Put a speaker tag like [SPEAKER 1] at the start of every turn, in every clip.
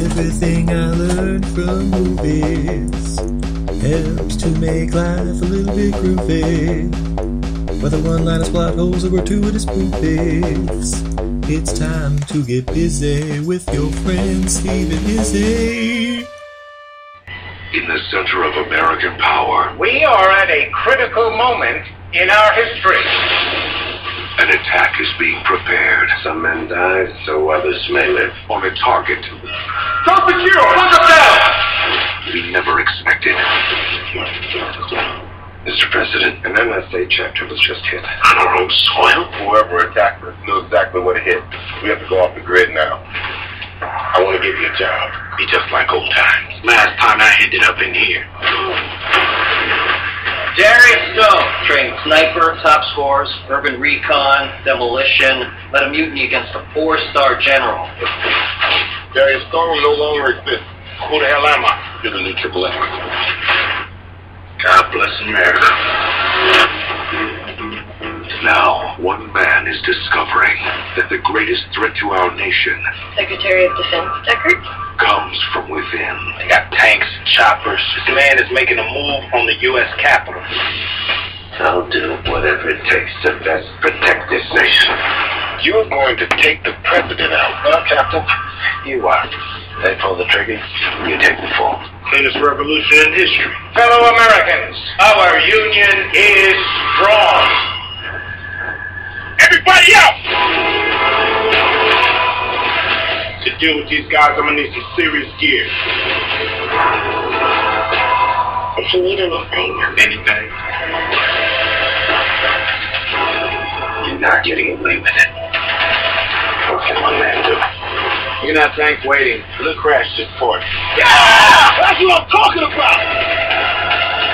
[SPEAKER 1] Everything I learned from movies helps to make life a little bit groovy. Whether one liners, plot holes, or gratuitous proofs, it's time to get busy with your friend Steve and Izzy.
[SPEAKER 2] in the center of American power.
[SPEAKER 3] We are at a critical moment in our history.
[SPEAKER 2] An attack is being prepared. Some men die, so others may live. On a target
[SPEAKER 3] Stop it, you! Look up
[SPEAKER 2] we never expected. Mr. President, an NSA chapter was just hit. On our own soil?
[SPEAKER 4] Whoever attacked us knew exactly what it hit. We have to go off the grid now. I want to give you a job.
[SPEAKER 2] Be just like old times. Last time I ended up in here.
[SPEAKER 5] Darius Stone, trained sniper, top scores, urban recon, demolition, led a mutiny against a four-star general.
[SPEAKER 4] Darius Storm no longer exists. Who the hell am I? You're the new Triple X.
[SPEAKER 2] God bless America. Now, one man is discovering that the greatest threat to our nation
[SPEAKER 6] Secretary of Defense Deckard?
[SPEAKER 2] comes from within.
[SPEAKER 3] They got tanks, choppers. This man is making a move on the U.S. Capitol.
[SPEAKER 2] I'll do whatever it takes to best protect this nation.
[SPEAKER 4] You're going to take the president out.
[SPEAKER 2] Well, Captain, you are. They pull the trigger, you take the fall.
[SPEAKER 3] Cleanest revolution in history. Fellow Americans, our union is strong. Everybody out! To deal with these guys, I'm gonna need some serious gear.
[SPEAKER 6] If you need anything,
[SPEAKER 3] Anything?
[SPEAKER 2] You're not getting away with it. What can one man do?
[SPEAKER 3] You're not tank waiting. Look, crash this port.
[SPEAKER 4] That's what I'm talking about!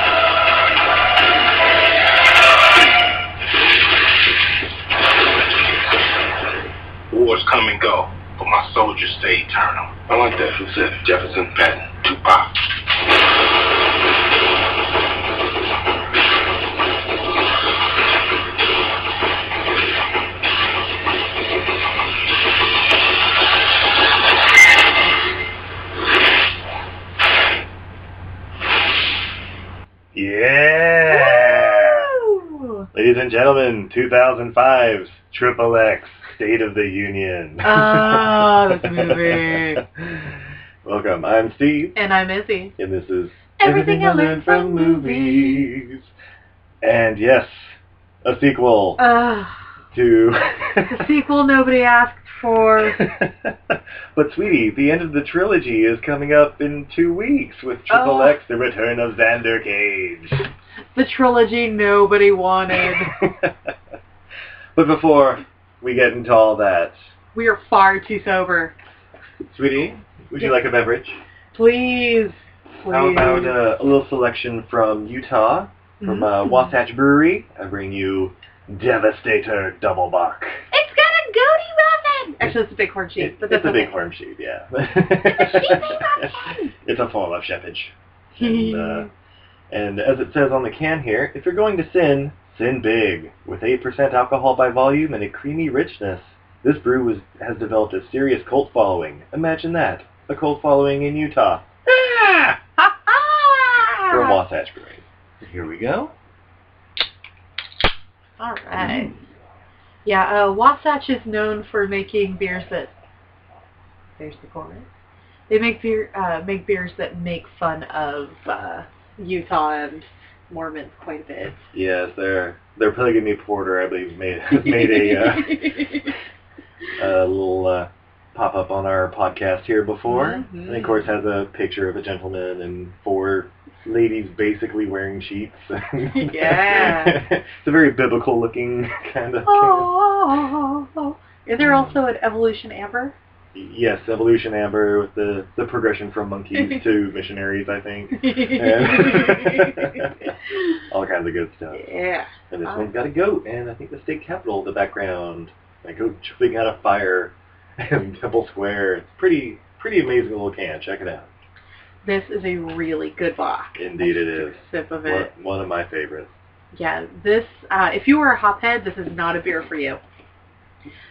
[SPEAKER 3] Wars come and go, but my soldiers stay eternal.
[SPEAKER 2] I like that. Who said it? Jefferson, Patton, Tupac.
[SPEAKER 7] Yeah! Ladies and gentlemen, 2005's Triple X State of the Union.
[SPEAKER 8] Oh, this movie.
[SPEAKER 7] Welcome. I'm Steve,
[SPEAKER 8] And I'm Izzy.
[SPEAKER 7] and this is
[SPEAKER 8] Everything I Learned from
[SPEAKER 7] Movies. And yes, a sequel
[SPEAKER 8] Ugh,
[SPEAKER 7] to.
[SPEAKER 8] the sequel nobody asked for.
[SPEAKER 7] but sweetie, the end of the trilogy is coming up in two weeks with Triple
[SPEAKER 8] Oh.
[SPEAKER 7] X: The Return of Xander Cage.
[SPEAKER 8] The trilogy nobody wanted.
[SPEAKER 7] but before we get into all that,
[SPEAKER 8] We are far too sober.
[SPEAKER 7] sweetie, would you like a beverage?
[SPEAKER 8] Please. Please.
[SPEAKER 7] How about uh, a little selection from Utah,
[SPEAKER 8] Mm-hmm.
[SPEAKER 7] from
[SPEAKER 8] Mm.
[SPEAKER 7] uh, Wasatch Brewery? I bring you Devastator Double Bock.
[SPEAKER 6] It's got a goatee ramen!
[SPEAKER 8] Actually, it's a bighorn sheep.
[SPEAKER 7] It-
[SPEAKER 8] But
[SPEAKER 7] it's
[SPEAKER 8] that's
[SPEAKER 7] a
[SPEAKER 8] okay.
[SPEAKER 7] big horn sheep, yeah.
[SPEAKER 6] sheep,
[SPEAKER 7] it's a form of shepherdage. And, uh, and as it says on the can here, if you're going to sin, sin big. With 8% alcohol by volume and a creamy richness, this brew was, has developed a serious cult following. Imagine that. A cult following in Utah. Ah! From Wasatch Brewery. Here we go.
[SPEAKER 8] All
[SPEAKER 7] Mm.
[SPEAKER 8] right. Yeah, uh, Wasatch is known for making beers that. There's the corner. They make beer, uh, make beers that make fun of uh, Utah and Mormons quite a bit.
[SPEAKER 7] Yes, their their Polygamy Porter, I believe, made made a, uh, a little uh, pop up on our podcast here before,
[SPEAKER 8] Mhm.
[SPEAKER 7] and of course has a picture of a gentleman and four ladies basically wearing sheets.
[SPEAKER 8] Yeah.
[SPEAKER 7] it's a very biblical looking kind of.
[SPEAKER 8] oh, is there also an evolution amber?
[SPEAKER 7] Yes, evolution amber with the the progression from monkeys to missionaries, I think. All kinds of good stuff.
[SPEAKER 8] yeah.
[SPEAKER 7] And this
[SPEAKER 8] Oh.
[SPEAKER 7] one's got a goat, and I think the state capitol in the background. A goat jumping out of fire in Temple Square. It's pretty, pretty amazing little can. Check it out.
[SPEAKER 8] This is a really good box.
[SPEAKER 7] Indeed it is.
[SPEAKER 8] Sip of
[SPEAKER 7] One,
[SPEAKER 8] it.
[SPEAKER 7] one of my favorites.
[SPEAKER 8] Yeah, this, uh, if you were a hophead, this is not a beer
[SPEAKER 7] Mm.
[SPEAKER 8] for you.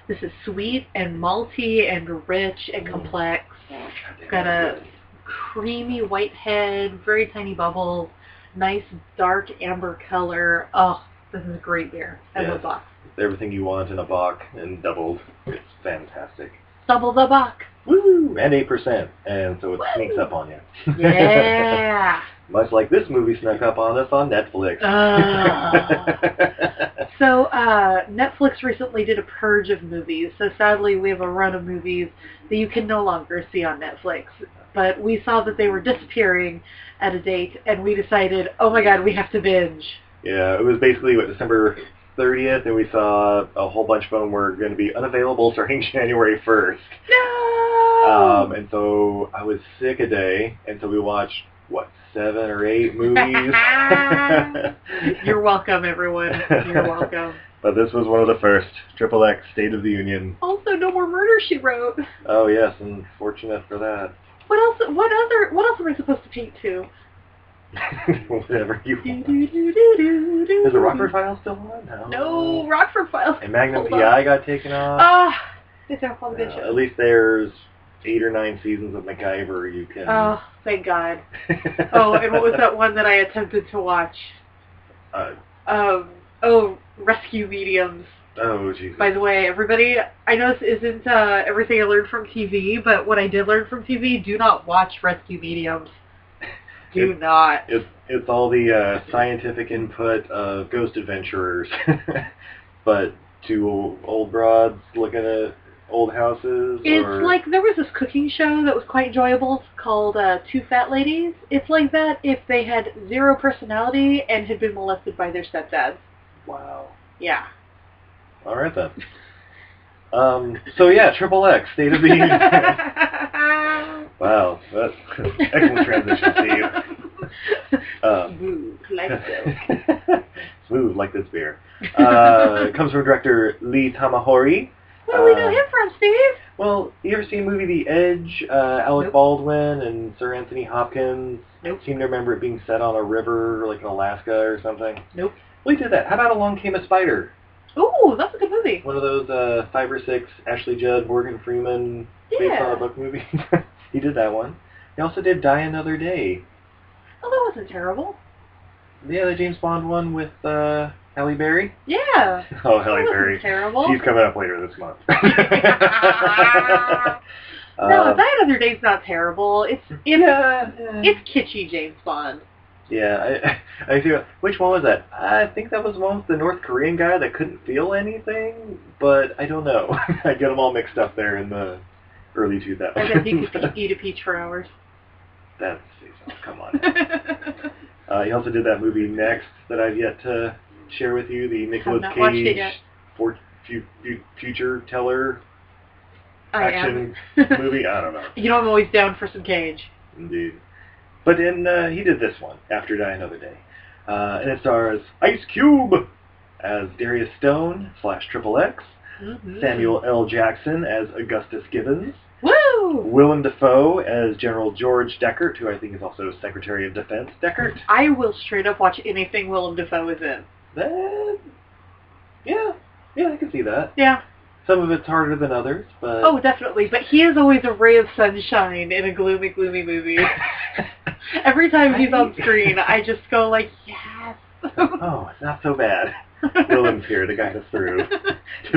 [SPEAKER 8] This is sweet and malty and rich and complex. It's got a creamy white head, very tiny bubbles, nice dark amber color. Oh, this is a great beer. I love
[SPEAKER 7] Yes.
[SPEAKER 8] Bach.
[SPEAKER 7] It's everything you want in a bock and doubled. It's fantastic.
[SPEAKER 8] Double the Bach.
[SPEAKER 7] Woo! And 8%. And so it
[SPEAKER 8] Woo!
[SPEAKER 7] sneaks up on you.
[SPEAKER 8] Yeah.
[SPEAKER 7] Much like this movie snuck up on us on Netflix.
[SPEAKER 8] Ah. so uh, Netflix recently did a purge of movies. So sadly, we have a run of movies that you can no longer see on Netflix. But we saw that they were disappearing at a date, and we decided, oh my god, we have to binge.
[SPEAKER 7] yeah, it was basically, what, December 30th, and we saw a whole bunch of them were going to be unavailable starting January 1st.
[SPEAKER 8] No.
[SPEAKER 7] Um, and so I was sick a day, and so we watched, what, seven or eight movies?
[SPEAKER 8] You're welcome, everyone. You're welcome.
[SPEAKER 7] but this was one of the first, Triple X State of the Union.
[SPEAKER 8] Also, no more murder. She wrote.
[SPEAKER 7] Oh yes, and fortunate for that.
[SPEAKER 8] What else? What other? What else am I supposed to paint to?
[SPEAKER 7] Whatever you
[SPEAKER 8] Do,
[SPEAKER 7] want.
[SPEAKER 8] do, do, do, do, do.
[SPEAKER 7] Is the Rockford file still on? No.
[SPEAKER 8] No Rockford files.
[SPEAKER 7] And Magnum
[SPEAKER 8] Hold
[SPEAKER 7] PI got taken off.
[SPEAKER 8] Ah, it's our fault.
[SPEAKER 7] Uh, at least there's eight or nine seasons of MacGyver you can.
[SPEAKER 8] Oh, thank God. Oh, and what was that one that I attempted to watch?
[SPEAKER 7] Uh,
[SPEAKER 8] Um, oh, Rescue Mediums.
[SPEAKER 7] oh Jesus.
[SPEAKER 8] By the way, everybody, I know this isn't uh, everything I learned from TV, but what I did learn from TV, do not watch Rescue Mediums. Do
[SPEAKER 7] It-
[SPEAKER 8] not.
[SPEAKER 7] It's it's all the uh, scientific input of ghost adventurers, but to old broads looking at old houses. or,
[SPEAKER 8] It's like there was this cooking show that was quite enjoyable called uh, Two Fat Ladies. It's like that if they had zero personality and had been molested by their stepdads.
[SPEAKER 7] wow.
[SPEAKER 8] Yeah.
[SPEAKER 7] All right then. Um, so yeah, Triple X, State of the Union. wow, that's excellent transition, Steve. Um,
[SPEAKER 8] Boo, like so.
[SPEAKER 7] smooth like this beer. Uh, it comes from director Lee Tamahori.
[SPEAKER 8] Where do we
[SPEAKER 7] Uh,
[SPEAKER 8] know him from, Steve?
[SPEAKER 7] Well, you ever seen the movie The Edge? Uh, Alec
[SPEAKER 8] Nope.
[SPEAKER 7] Baldwin and Sir Anthony Hopkins.
[SPEAKER 8] Nope.
[SPEAKER 7] Seem to remember it being set on a river, like in Alaska or something.
[SPEAKER 8] Nope.
[SPEAKER 7] Well, he did that. How about Along Came a Spider?
[SPEAKER 8] Ooh, that's a good movie.
[SPEAKER 7] One of those uh, five or six Ashley Judd, Morgan Freeman based on
[SPEAKER 8] Yeah.
[SPEAKER 7] a book movie. he did that one. He also did Die Another Day.
[SPEAKER 8] Oh, that wasn't terrible.
[SPEAKER 7] The other James Bond one with uh, Halle Berry.
[SPEAKER 8] Yeah.
[SPEAKER 7] Oh,
[SPEAKER 8] that
[SPEAKER 7] Halle
[SPEAKER 8] wasn't
[SPEAKER 7] Berry.
[SPEAKER 8] terrible.
[SPEAKER 7] She's coming up later this month.
[SPEAKER 8] no,
[SPEAKER 7] Uh,
[SPEAKER 8] that other day's not terrible. It's it's it's kitschy James Bond.
[SPEAKER 7] Yeah, I, I see. what- Which one was that? I think that was the one with the North Korean guy that couldn't feel anything, but I don't know. I get them all mixed up there in the early
[SPEAKER 8] I bet he
[SPEAKER 7] 2000s.
[SPEAKER 8] could eat a peach for hours.
[SPEAKER 7] That's come on. Uh, he also did that movie Next that I've yet to share with you, the Nicolas
[SPEAKER 8] not watched it
[SPEAKER 7] Cage
[SPEAKER 8] yet.
[SPEAKER 7] for, fu- fu- future teller
[SPEAKER 8] I am.
[SPEAKER 7] action movie. I don't know.
[SPEAKER 8] you know, I'm always down for some cage.
[SPEAKER 7] Indeed. But then uh, he did this one, After Die Another Day. Uh, and it stars Ice Cube as Darius Stone slash Triple X,
[SPEAKER 8] Mhm.
[SPEAKER 7] Samuel L. Jackson as Augustus Gibbons,
[SPEAKER 8] Woo!
[SPEAKER 7] Willem Dafoe as General George Deckert, who I think is also Secretary of Defense Deckert.
[SPEAKER 8] I will straight up watch anything Willem Dafoe is in.
[SPEAKER 7] That, yeah, yeah, I can see that.
[SPEAKER 8] Yeah.
[SPEAKER 7] Some of it's harder than others, but
[SPEAKER 8] Oh, definitely. But he is always a ray of sunshine in a gloomy, gloomy movie. Every time he's on screen, I just go like, yes.
[SPEAKER 7] oh, it's not so bad. Willem's here to guide us through. to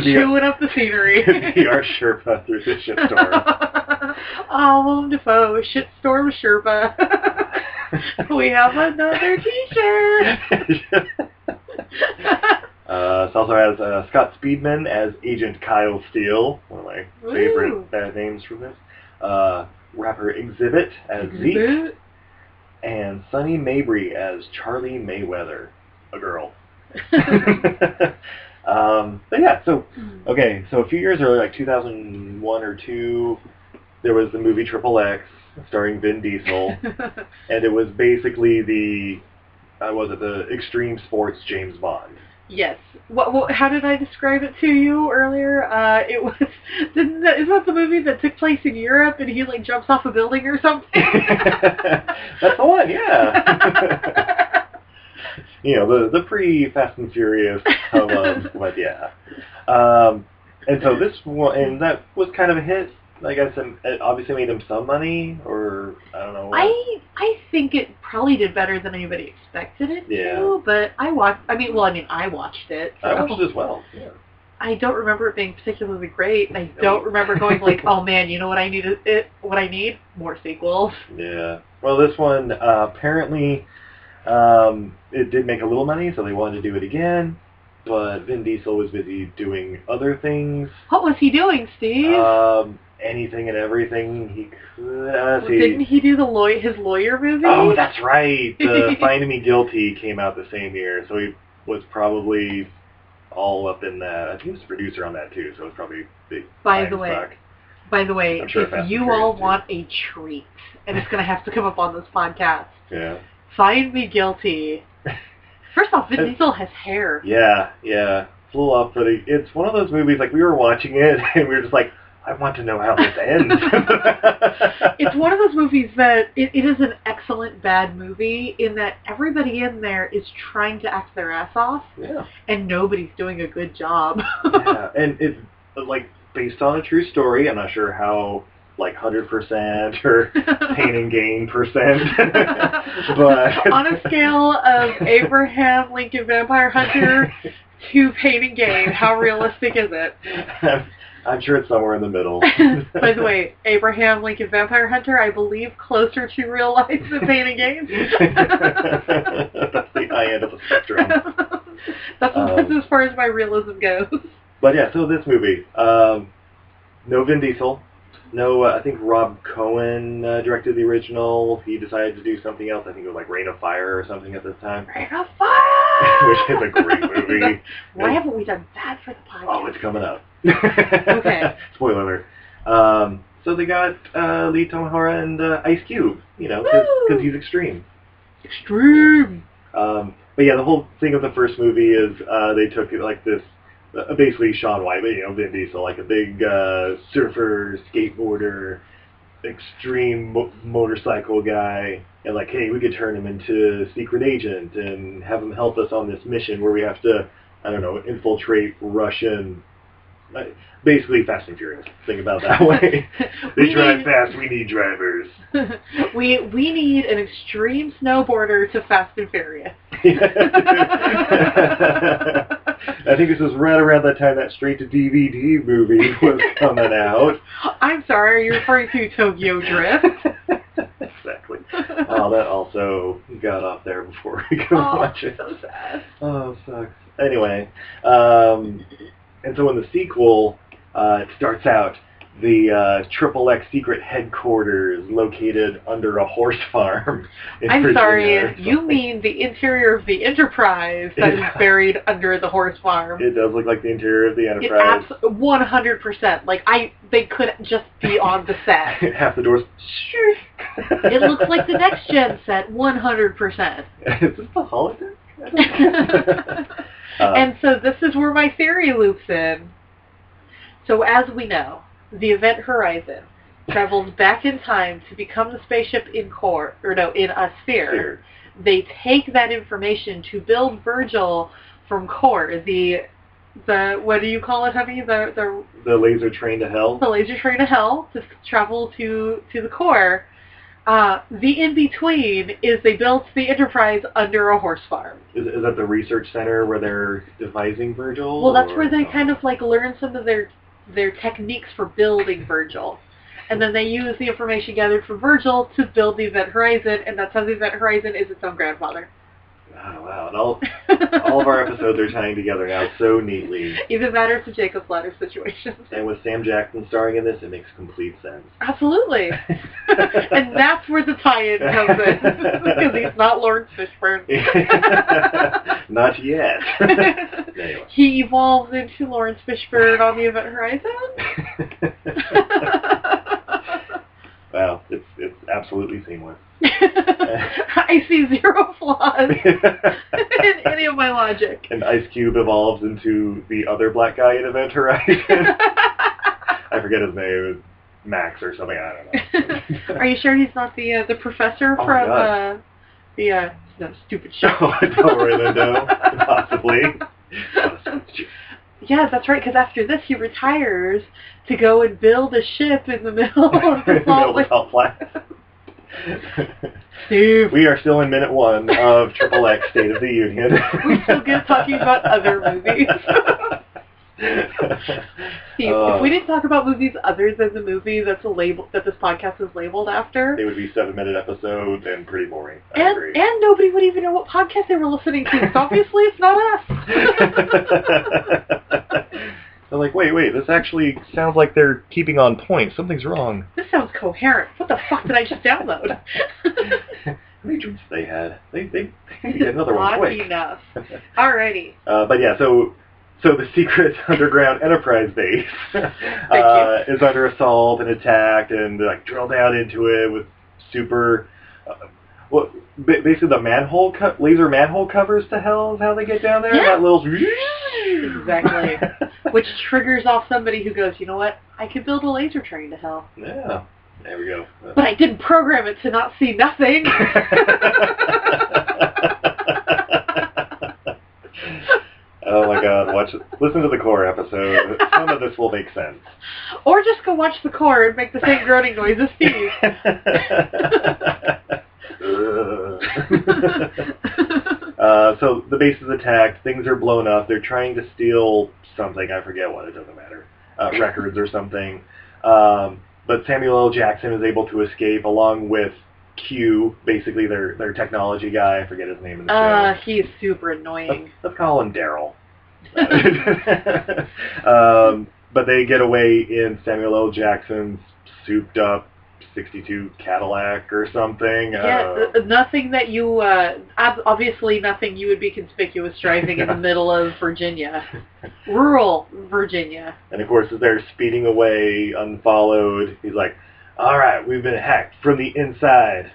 [SPEAKER 7] be a-
[SPEAKER 8] Chewing up the scenery.
[SPEAKER 7] to be our Sherpa through this shitstorm.
[SPEAKER 8] oh, Willem Dafoe, Shitstorm Sherpa. we have another t-shirt.
[SPEAKER 7] uh, it also has uh, Scott Speedman as Agent Kyle Steele, one of my
[SPEAKER 8] Ooh.
[SPEAKER 7] favorite bad names from this. Uh, rapper Exhibit as Zeke, and Sonny Mabry as Charlie Mayweather, a girl. um, but yeah, so okay, so a few years earlier, like 2001 or two, there was the movie Triple X starring Vin Diesel. and it was basically the uh, was it the extreme sports James Bond.
[SPEAKER 8] Yes. What, what? How did I describe it to you earlier? Uh, it was. Didn't that, isn't that the movie that took place in Europe and he like jumps off a building or something?
[SPEAKER 7] That's the one, yeah. you know the the pre Fast and Furious hubbub, but yeah. Um, and so this one, and that was kind of a hit. I guess um, it obviously made him some money, or I don't know. what-
[SPEAKER 8] I I think it probably did better than anybody expected it
[SPEAKER 7] Yeah.
[SPEAKER 8] to, but I watched. I mean, well, I mean, I watched it.
[SPEAKER 7] I
[SPEAKER 8] so
[SPEAKER 7] watched it as well. Yeah.
[SPEAKER 8] I don't remember it being particularly great. and I don't remember going like, oh man, you know what I need? Is it what I need? More sequels.
[SPEAKER 7] Yeah. Well, this one uh, apparently um, it did make a little money, so they wanted to do it again. But Vin Diesel was busy doing other things,
[SPEAKER 8] What was he doing, Steve?
[SPEAKER 7] um, anything and everything he could. Uh, let's
[SPEAKER 8] Didn't
[SPEAKER 7] see.
[SPEAKER 8] he do the lawyer his lawyer movie?
[SPEAKER 7] Oh, that's right. The Find Me Guilty came out the same year, so he was probably all up in that. I think he was a producer on that too, so it was probably a big.
[SPEAKER 8] By
[SPEAKER 7] time
[SPEAKER 8] the way,
[SPEAKER 7] suck.
[SPEAKER 8] By the way,
[SPEAKER 7] I'm sure Fast
[SPEAKER 8] if
[SPEAKER 7] and
[SPEAKER 8] you
[SPEAKER 7] Furious
[SPEAKER 8] all
[SPEAKER 7] did.
[SPEAKER 8] want a treat, and it's going to have to come up on this podcast,
[SPEAKER 7] Yeah.
[SPEAKER 8] find me guilty. First off, Vin
[SPEAKER 7] And-
[SPEAKER 8] Diesel has hair.
[SPEAKER 7] Yeah, yeah. It's a little off putting. It's one of those movies like we were watching it and we were just like, I want to know how this ends.
[SPEAKER 8] It's one of those movies that it, it is an excellent bad movie in that everybody in there is trying to act their ass off
[SPEAKER 7] yeah.
[SPEAKER 8] and nobody's doing a good job.
[SPEAKER 7] yeah. And it's like based on a true story. I'm not sure how like hundred percent or pain and gain percent. but
[SPEAKER 8] On a scale of Abraham Lincoln Vampire Hunter to Pain and Gain, how realistic is it?
[SPEAKER 7] I'm, I'm sure it's somewhere in the middle.
[SPEAKER 8] By the way, Abraham Lincoln Vampire Hunter, I believe closer to real life than Pain and Gain.
[SPEAKER 7] That's the high end of the spectrum.
[SPEAKER 8] that's,
[SPEAKER 7] Um,
[SPEAKER 8] that's as far as my realism goes.
[SPEAKER 7] But yeah, so this movie, um, no Vin Diesel, no. Uh, I think Rob Cohen uh, directed the original. He decided to do something else. I think it was like Rain of Fire or something at this time,
[SPEAKER 8] Ring of Fire!
[SPEAKER 7] which is a great movie.
[SPEAKER 8] Why haven't we done that for the podcast?
[SPEAKER 7] Oh, it's coming up.
[SPEAKER 8] Okay.
[SPEAKER 7] Spoiler alert. Um, so they got uh, Lee Tomahara and uh, Ice Cube, you know,
[SPEAKER 8] Woo!
[SPEAKER 7] because he's extreme.
[SPEAKER 8] extreme.
[SPEAKER 7] Um, but yeah, the whole thing of the first movie is uh, they took it like this, uh, basically Sean White, but you know Vin Diesel, like a big uh, surfer, skateboarder, extreme mo- motorcycle guy, and like, hey, we could turn him into secret agent and have him help us on this mission where we have to, I don't know, infiltrate Russian. uh, Basically, Fast and Furious. Think about it that way. they
[SPEAKER 8] We
[SPEAKER 7] drive
[SPEAKER 8] need-
[SPEAKER 7] fast. We need drivers.
[SPEAKER 8] we we need an extreme snowboarder to Fast and Furious.
[SPEAKER 7] I think this was right around that time that straight to DVD movie was coming out.
[SPEAKER 8] I'm sorry, are you referring to Tokyo Drift?
[SPEAKER 7] exactly. Oh, that also got off there before we could
[SPEAKER 8] oh,
[SPEAKER 7] watch it.
[SPEAKER 8] so sad.
[SPEAKER 7] Oh, sucks. Anyway, um, and so in the sequel, uh, it starts out the uh, Triple X secret headquarters located under a horse farm. In
[SPEAKER 8] I'm
[SPEAKER 7] Virginia or
[SPEAKER 8] sorry,
[SPEAKER 7] something.
[SPEAKER 8] you mean the interior of the Enterprise that is
[SPEAKER 7] Yeah.
[SPEAKER 8] buried under the horse farm?
[SPEAKER 7] It does look like the interior of the
[SPEAKER 8] It
[SPEAKER 7] Enterprise.
[SPEAKER 8] abs- 100%. Like, I, they could just be on the set.
[SPEAKER 7] Half the doors.
[SPEAKER 8] It looks like the next gen set, 100%.
[SPEAKER 7] Is this the holodeck? I don't know. Uh,
[SPEAKER 8] and so this is where my theory loops in. So as we know, the Event Horizon travels back in time to become the spaceship in core, or no, in a sphere.
[SPEAKER 7] here.
[SPEAKER 8] They take that information to build Virgil from core, the the what do you call it, honey? The the,
[SPEAKER 7] the laser train to hell.
[SPEAKER 8] the laser train to hell to travel to to the core. Uh, the in between is they built the Enterprise under a horse farm.
[SPEAKER 7] Is, is that the research center where they're devising Virgil?
[SPEAKER 8] Well, that's
[SPEAKER 7] or-
[SPEAKER 8] where they kind of like learn some of their their techniques for building Virgil, and then they use the information gathered from Virgil to build the Event Horizon, and that's how the Event Horizon is its own grandfather.
[SPEAKER 7] Oh, wow. And all, all of our episodes are tying together now so neatly.
[SPEAKER 8] Even matters to Jacob's Ladder situation.
[SPEAKER 7] And with Sam Jackson starring in this, it makes complete sense.
[SPEAKER 8] Absolutely, and that's where the tie-in comes in because he's not Lawrence Fishburne.
[SPEAKER 7] Not yet. anyway.
[SPEAKER 8] he evolves into Lawrence Fishburne on the Event Horizon.
[SPEAKER 7] wow, it's it's absolutely seamless.
[SPEAKER 8] I see zero flaws in any of my logic.
[SPEAKER 7] and Ice Cube evolves into the other black guy in Event Horizon. I forget his name, Max or something. I don't know.
[SPEAKER 8] Are you sure he's not the uh, the professor
[SPEAKER 7] Oh,
[SPEAKER 8] from
[SPEAKER 7] God. Oh,
[SPEAKER 8] uh, the uh, no stupid show?
[SPEAKER 7] So I don't really know. Possibly.
[SPEAKER 8] Yeah, that's right. Because after this, he retires to go and build a ship in the middle of the salt lake.
[SPEAKER 7] Without flat.
[SPEAKER 8] Steve,
[SPEAKER 7] we are still in minute one of Triple X State of the Union.
[SPEAKER 8] We're still good at talking about other movies. Steve,
[SPEAKER 7] Uh,
[SPEAKER 8] if we didn't talk about movies other than the movie that's a label that this podcast is labeled after,
[SPEAKER 7] They would be seven-minute episodes and pretty boring. I
[SPEAKER 8] and
[SPEAKER 7] agree.
[SPEAKER 8] and nobody would even know what podcast they were listening to. So obviously, it's not us.
[SPEAKER 7] They're like, wait, wait, this actually sounds like they're keeping on point. Something's wrong.
[SPEAKER 8] this sounds coherent. What the fuck did I just download?
[SPEAKER 7] How many drinks they had? They they, they need to get another one
[SPEAKER 8] Not
[SPEAKER 7] quick.
[SPEAKER 8] enough. Alrighty.
[SPEAKER 7] Uh, but yeah, so so the secret underground enterprise base uh, is under assault and attacked, and they like drill down into it with super. Uh, well, ba- basically the manhole co- laser manhole covers to hell is how they get down there.
[SPEAKER 8] Yeah.
[SPEAKER 7] That little
[SPEAKER 8] Exactly. Which triggers off somebody who goes, you know what? I could build a laser train to hell.
[SPEAKER 7] yeah, there we go.
[SPEAKER 8] But I didn't program it to not see nothing.
[SPEAKER 7] oh my god, watch listen to the core episode. Some of this will make sense.
[SPEAKER 8] or just go watch the core and make the same groaning noise as Steve.
[SPEAKER 7] uh, so the base is attacked, things are blown up, they're trying to steal something, I forget what, it doesn't matter, uh, records or something. Um, but Samuel L. Jackson is able to escape along with Q, basically their, their technology guy, I forget his name in the show.
[SPEAKER 8] uh, he's super
[SPEAKER 7] Let's,
[SPEAKER 8] annoying.
[SPEAKER 7] let's call him Daryl. um, but they get away in Samuel L. Jackson's souped up 62 Cadillac or something.
[SPEAKER 8] Yeah,
[SPEAKER 7] Uh,
[SPEAKER 8] th- nothing that you, uh, ob- obviously nothing you would be conspicuous driving in the middle of Virginia. Rural Virginia.
[SPEAKER 7] and of course, as they're speeding away unfollowed, he's like, all right, we've been hacked from the inside.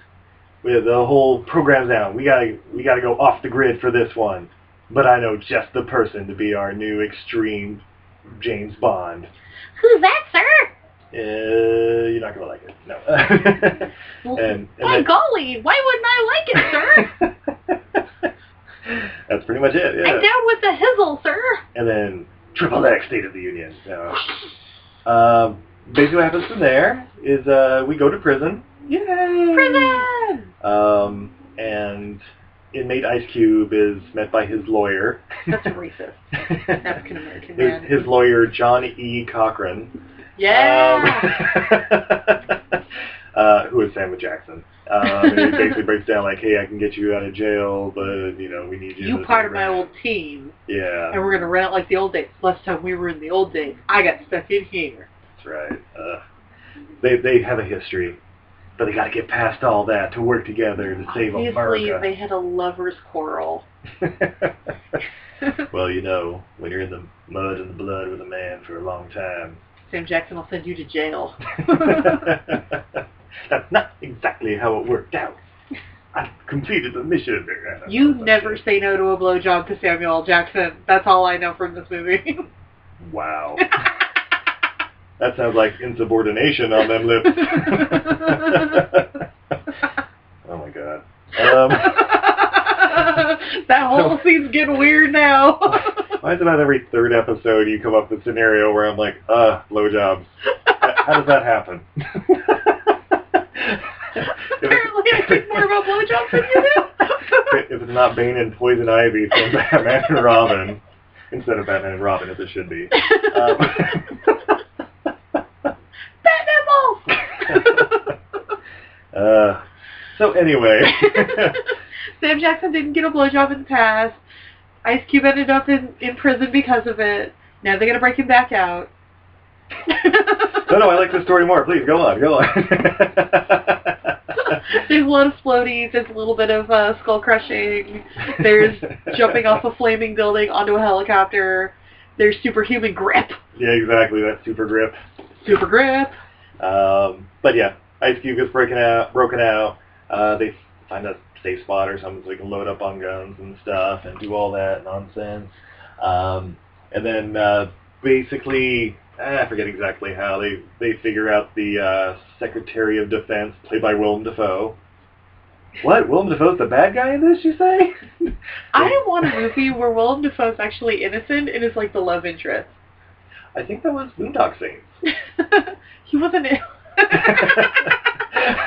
[SPEAKER 7] We have the whole program down. We gotta, we gotta go off the grid for this one. But I know just the person to be our new extreme James Bond.
[SPEAKER 6] Who's that, sir?
[SPEAKER 7] Uh, you're not gonna like it. No.
[SPEAKER 8] Oh,
[SPEAKER 6] Well,
[SPEAKER 7] Uh, and,
[SPEAKER 6] My
[SPEAKER 7] and
[SPEAKER 6] golly, why wouldn't I like it, sir?
[SPEAKER 7] then, that's pretty much
[SPEAKER 6] I'm
[SPEAKER 7] it. Yeah.
[SPEAKER 6] down with the hizzle, sir.
[SPEAKER 7] And then triple X State of the Union. So, um, basically, what happens from there is uh, we go to prison. Yay!
[SPEAKER 8] Prison!
[SPEAKER 7] Um, and inmate Ice Cube is met by his lawyer.
[SPEAKER 8] That's racist. African American
[SPEAKER 7] his,
[SPEAKER 8] man.
[SPEAKER 7] his um, lawyer John E. Cochran.
[SPEAKER 8] yeah!
[SPEAKER 7] Um, uh, who is Samuel Jackson? Um, and he basically breaks down like, "Hey, I can get you out of jail, but you know we need you." in
[SPEAKER 8] you
[SPEAKER 7] this
[SPEAKER 8] part of my
[SPEAKER 7] program."
[SPEAKER 8] old team,
[SPEAKER 7] Yeah,
[SPEAKER 8] and we're gonna run it like the old days. Last time we were in the old days, I got stuck in here.
[SPEAKER 7] that's right. Uh, they they have a history, but they got to get past all that to work together to save
[SPEAKER 8] Obviously,
[SPEAKER 7] America.
[SPEAKER 8] they had a lovers' quarrel.
[SPEAKER 7] well, you know, when you're in the mud and the blood with a man for a long time,
[SPEAKER 8] Sam Jackson will send you to jail.
[SPEAKER 7] that's not exactly how it worked out. I completed the mission.
[SPEAKER 8] You never say no to a blowjob to Samuel L. Jackson. That's all I know from this movie.
[SPEAKER 7] Wow. that sounds like insubordination on them lips. oh my god. Um,
[SPEAKER 8] that whole scene's getting weird now.
[SPEAKER 7] why is it about every third episode you come up with a scenario where I'm like, uh, blowjobs? How how does that happen?
[SPEAKER 8] Apparently, I think more about blowjobs than you do.
[SPEAKER 7] if it's not Bane and Poison Ivy from Batman and Robin, instead of Batman and Robin, as it should be. Um,
[SPEAKER 8] Bat nipples!
[SPEAKER 7] uh, so anyway,
[SPEAKER 8] Sam Jackson didn't get a blowjob in the past. Ice Cube ended up in, in prison because of it. Now they're gonna break him back out.
[SPEAKER 7] no, no, I like the story more. Please go on, go on.
[SPEAKER 8] There's a lot of floaties. There's a little bit of uh, skull crushing. There's jumping off a flaming building onto a helicopter. There's superhuman grip.
[SPEAKER 7] Yeah, exactly. That super grip.
[SPEAKER 8] Super grip.
[SPEAKER 7] Um, but yeah, Ice Cube gets breaking out, broken out. Uh, they find a safe spot or something so they can load up on guns and stuff and do all that nonsense. Um, and then uh, basically, eh, I forget exactly how they they figure out the uh, Secretary of Defense, played by Willem Dafoe. What? Willem Dafoe's the bad guy in this, you say?
[SPEAKER 8] I want a movie where Willem Dafoe's actually innocent and is like the love interest.
[SPEAKER 7] I think that was Boondock Saints.
[SPEAKER 8] he wasn't. In- he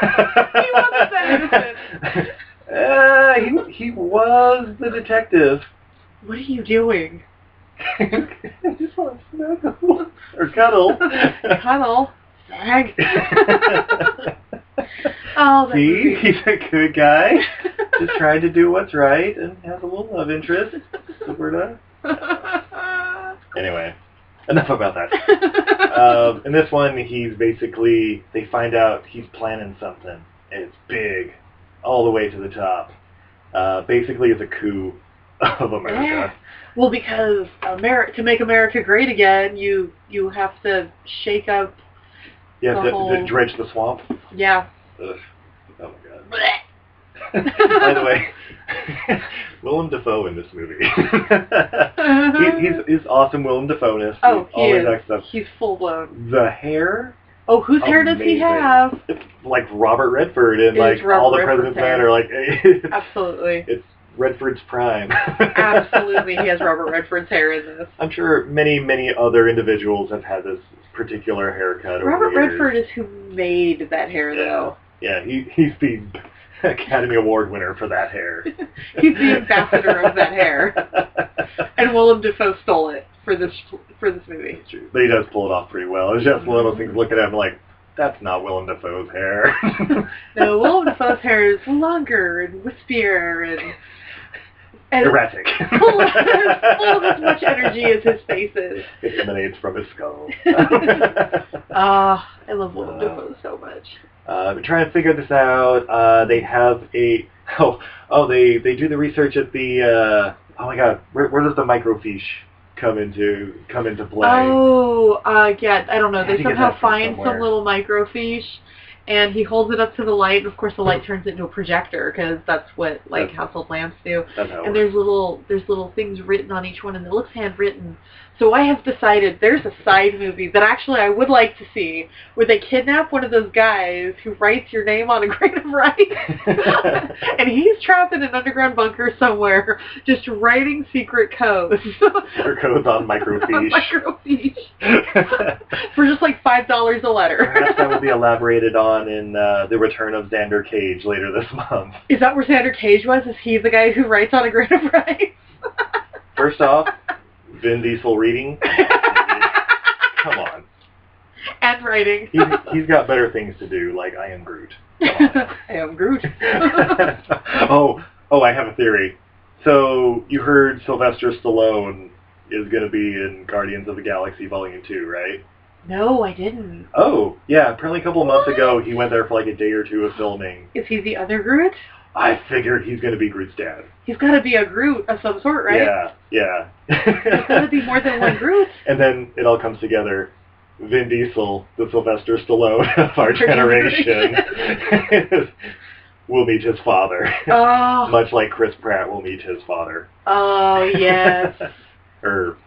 [SPEAKER 8] wasn't that innocent.
[SPEAKER 7] Uh, he, he was the detective.
[SPEAKER 8] What are you doing?
[SPEAKER 7] I just want to snuggle. Or cuddle.
[SPEAKER 8] Cuddle. Snag. oh, that
[SPEAKER 7] See?
[SPEAKER 8] movie.
[SPEAKER 7] He's a good guy. Just trying to do what's right and has a little love interest. So we're done. Anyway, enough about that. um, in this one, he's basically they find out he's planning something, and it's big, all the way to the top. Uh, basically, it's a coup of America.
[SPEAKER 8] well, because Ameri- to make America great again, you you have to shake up.
[SPEAKER 7] You have to,
[SPEAKER 8] The whole-
[SPEAKER 7] to dredge the swamp.
[SPEAKER 8] Yeah.
[SPEAKER 7] Ugh. Oh my god. By the way, Willem Dafoe in this movie. he, he's, he's awesome Willem Dafoe-ness.
[SPEAKER 8] oh,
[SPEAKER 7] He
[SPEAKER 8] he
[SPEAKER 7] always
[SPEAKER 8] is.
[SPEAKER 7] acts up.
[SPEAKER 8] He's full blown.
[SPEAKER 7] The hair,
[SPEAKER 8] Oh, whose hair does he
[SPEAKER 7] Amazing.
[SPEAKER 8] have?
[SPEAKER 7] like Robert Redford and
[SPEAKER 8] It is
[SPEAKER 7] like all the
[SPEAKER 8] Robert
[SPEAKER 7] president's
[SPEAKER 8] Redford's hair.
[SPEAKER 7] men are like,
[SPEAKER 8] Absolutely.
[SPEAKER 7] it's Redford's prime.
[SPEAKER 8] Absolutely, he has Robert Redford's hair in this.
[SPEAKER 7] I'm sure many, many other individuals have had this particular haircut. over
[SPEAKER 8] Robert
[SPEAKER 7] the years.
[SPEAKER 8] Redford is who made that hair, though.
[SPEAKER 7] Yeah, he, he's the Academy Award winner for that hair.
[SPEAKER 8] He's the ambassador of that hair, and Willem Dafoe stole it for this for this movie.
[SPEAKER 7] It's true. But he does pull it off pretty well. It's just one of those things looking at him like, that's not Willem Dafoe's hair.
[SPEAKER 8] No, Willem Dafoe's hair is longer and wispier and and
[SPEAKER 7] Erratic.
[SPEAKER 8] full of, full of as much energy as his face is.
[SPEAKER 7] It emanates from his skull.
[SPEAKER 8] Ah, I love Willem
[SPEAKER 7] Uh,
[SPEAKER 8] Dafoe so much.
[SPEAKER 7] Uh, they're trying to figure this out. Uh, they have a oh oh they they do the research at the uh, oh my god where, where does the microfiche come into come into play?
[SPEAKER 8] Oh, uh, yeah, I don't know.
[SPEAKER 7] I
[SPEAKER 8] They
[SPEAKER 7] think it's
[SPEAKER 8] somehow
[SPEAKER 7] up from
[SPEAKER 8] find
[SPEAKER 7] somewhere.
[SPEAKER 8] some little microfiche, and he holds it up to the light, and of course the light turns into a projector, because that's what, like,
[SPEAKER 7] That's-
[SPEAKER 8] household lamps do.
[SPEAKER 7] That's how it works.
[SPEAKER 8] And there's little there's little things written on each one, and it looks handwritten. So I have decided there's a side movie that actually I would like to see, where they kidnap one of those guys who writes your name on a grain of rice, and he's trapped in an underground bunker somewhere, just writing secret codes.
[SPEAKER 7] Their codes on microfiche.
[SPEAKER 8] microfiche
[SPEAKER 7] Perhaps
[SPEAKER 8] for just like five dollars a letter.
[SPEAKER 7] that will be elaborated on in uh, the return of Xander Cage later this month.
[SPEAKER 8] Is that where Xander Cage was? Is he the guy who writes on a grain of rice?
[SPEAKER 7] First off, Vin Diesel reading. Come on,
[SPEAKER 8] and writing.
[SPEAKER 7] he's, he's got better things to do. Like I am Groot. Come on.
[SPEAKER 8] I am Groot.
[SPEAKER 7] oh, oh, I have a theory. So you heard Sylvester Stallone is going to be in Guardians of the Galaxy Volume 2, right?
[SPEAKER 8] no, I didn't.
[SPEAKER 7] Oh, yeah, apparently a couple of months ago he went there for like a day or two of filming.
[SPEAKER 8] Is he the other Groot?
[SPEAKER 7] I figured he's going to be Groot's dad.
[SPEAKER 8] He's got to be a Groot of some sort, right?
[SPEAKER 7] Yeah,
[SPEAKER 8] There's got to
[SPEAKER 7] yeah.
[SPEAKER 8] be more than one Groot.
[SPEAKER 7] and then it all comes together. Vin Diesel, the Sylvester Stallone of our
[SPEAKER 8] Our
[SPEAKER 7] generation, will meet his father,
[SPEAKER 8] Oh,
[SPEAKER 7] much like Chris Pratt will meet his father.
[SPEAKER 8] oh yes.
[SPEAKER 7] or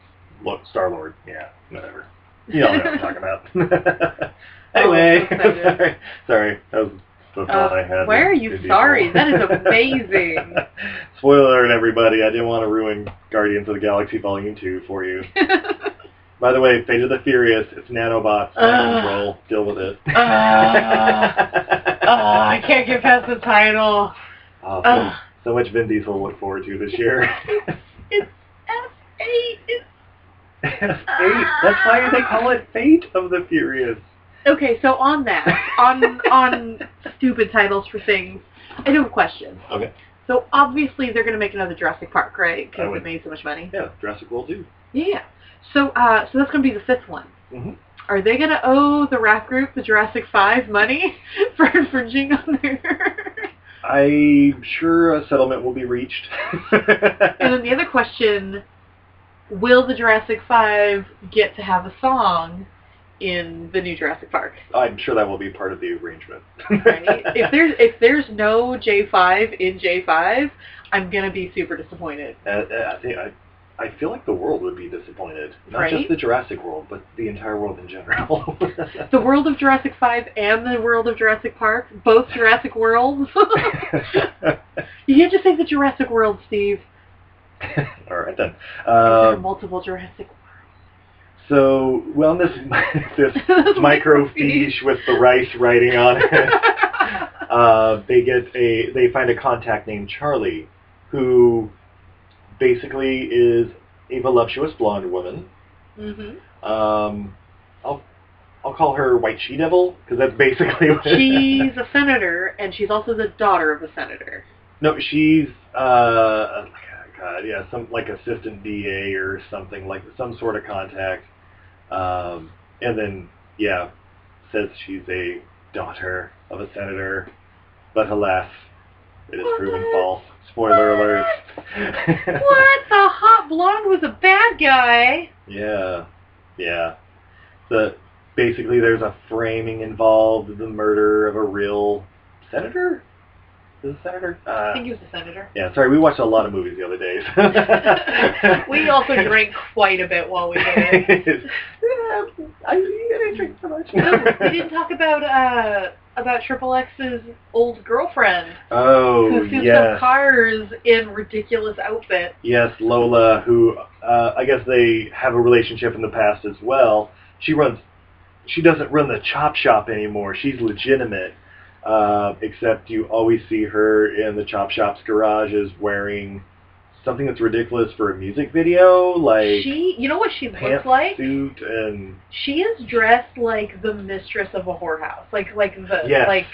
[SPEAKER 7] Star Lord. Yeah, whatever. You all know what I'm talking about. anyway,
[SPEAKER 8] Oh, I'm
[SPEAKER 7] sorry, sorry,
[SPEAKER 8] so excited. Uh,
[SPEAKER 7] that was the thought I had.
[SPEAKER 8] why are
[SPEAKER 7] with
[SPEAKER 8] you
[SPEAKER 7] Vin
[SPEAKER 8] sorry?
[SPEAKER 7] Diesel.
[SPEAKER 8] That is amazing.
[SPEAKER 7] Spoiler alert, everybody! I didn't want to ruin Guardians of the Galaxy Volume Two for you.
[SPEAKER 8] Uh,
[SPEAKER 7] By the way, Fate of the Furious, it's nanobots mind
[SPEAKER 8] Ugh.
[SPEAKER 7] control. Deal with it.
[SPEAKER 8] Ah. Oh, uh, I can't get past the title. Uh,
[SPEAKER 7] Oh, so-
[SPEAKER 8] Ugh.
[SPEAKER 7] so much Vin Diesel to look forward to this year.
[SPEAKER 6] Hey,
[SPEAKER 7] Fate. That's why they call it Fate of the Furious.
[SPEAKER 8] Okay, so on that, on on stupid titles for things, I do have a question.
[SPEAKER 7] Okay.
[SPEAKER 8] So obviously they're going to make another Jurassic Park, right?
[SPEAKER 7] I
[SPEAKER 8] Because
[SPEAKER 7] would-
[SPEAKER 8] it made so much money.
[SPEAKER 7] Yeah, Jurassic World too.
[SPEAKER 8] Yeah. So uh, so that's going to be the fifth one.
[SPEAKER 7] Mhm.
[SPEAKER 8] Are they going to owe the rap group, the Jurassic Five, money for infringing on their?
[SPEAKER 7] I'm sure a settlement will be reached.
[SPEAKER 8] and then the other question: Will the Jurassic Five get to have a song in the new Jurassic Park?
[SPEAKER 7] I'm sure that will be part of the arrangement.
[SPEAKER 8] right? if there's if there's no J five in J five, I'm gonna be super disappointed.
[SPEAKER 7] Uh, uh, I think I, I feel like the world would be disappointed. Not
[SPEAKER 8] Right?
[SPEAKER 7] just the Jurassic World, but the entire world in general.
[SPEAKER 8] The world of Jurassic 5 and the world of Jurassic Park, both Jurassic Worlds. you can't just say the Jurassic World, Steve.
[SPEAKER 7] All right then.
[SPEAKER 8] there are
[SPEAKER 7] Um,
[SPEAKER 8] multiple Jurassic
[SPEAKER 7] so, well, this this microfiche with the rice writing on it. uh, they get a they find a contact named Charlie, who basically is a voluptuous blonde woman.
[SPEAKER 8] hmm
[SPEAKER 7] Um, I'll I'll call her White She Devil because that's basically what
[SPEAKER 8] She's a senator, and she's also the daughter of a senator.
[SPEAKER 7] no, she's uh, God, yeah, some like assistant DA or something like some sort of contact. Um, and then yeah, says she's a daughter of a senator, but alas, it is proven
[SPEAKER 8] What?
[SPEAKER 7] false. Spoiler alert.
[SPEAKER 8] what? The hot blonde was a bad guy.
[SPEAKER 7] Yeah, yeah. So basically, there's a framing involved, the murder of a real senator. Is it senator?
[SPEAKER 8] I
[SPEAKER 7] Uh,
[SPEAKER 8] think he was a senator.
[SPEAKER 7] yeah, sorry, we watched a lot of movies the other days.
[SPEAKER 8] we also drank quite a bit while we did it.
[SPEAKER 7] yeah, I, I didn't drink so much.
[SPEAKER 8] No, we didn't talk about uh about Triple X's old girlfriend
[SPEAKER 7] oh,
[SPEAKER 8] who flips up
[SPEAKER 7] yes.
[SPEAKER 8] cars in ridiculous outfits.
[SPEAKER 7] Yes, Lola, who uh, I guess they have a relationship in the past as well. She runs, she doesn't run the chop shop anymore. She's legitimate, uh, except you always see her in the chop shop's garages wearing something that's ridiculous for a music video, like
[SPEAKER 8] she, you know what she looks
[SPEAKER 7] pants
[SPEAKER 8] like?
[SPEAKER 7] suit and
[SPEAKER 8] She is dressed like the mistress of a whorehouse, like like the
[SPEAKER 7] Yes.
[SPEAKER 8] like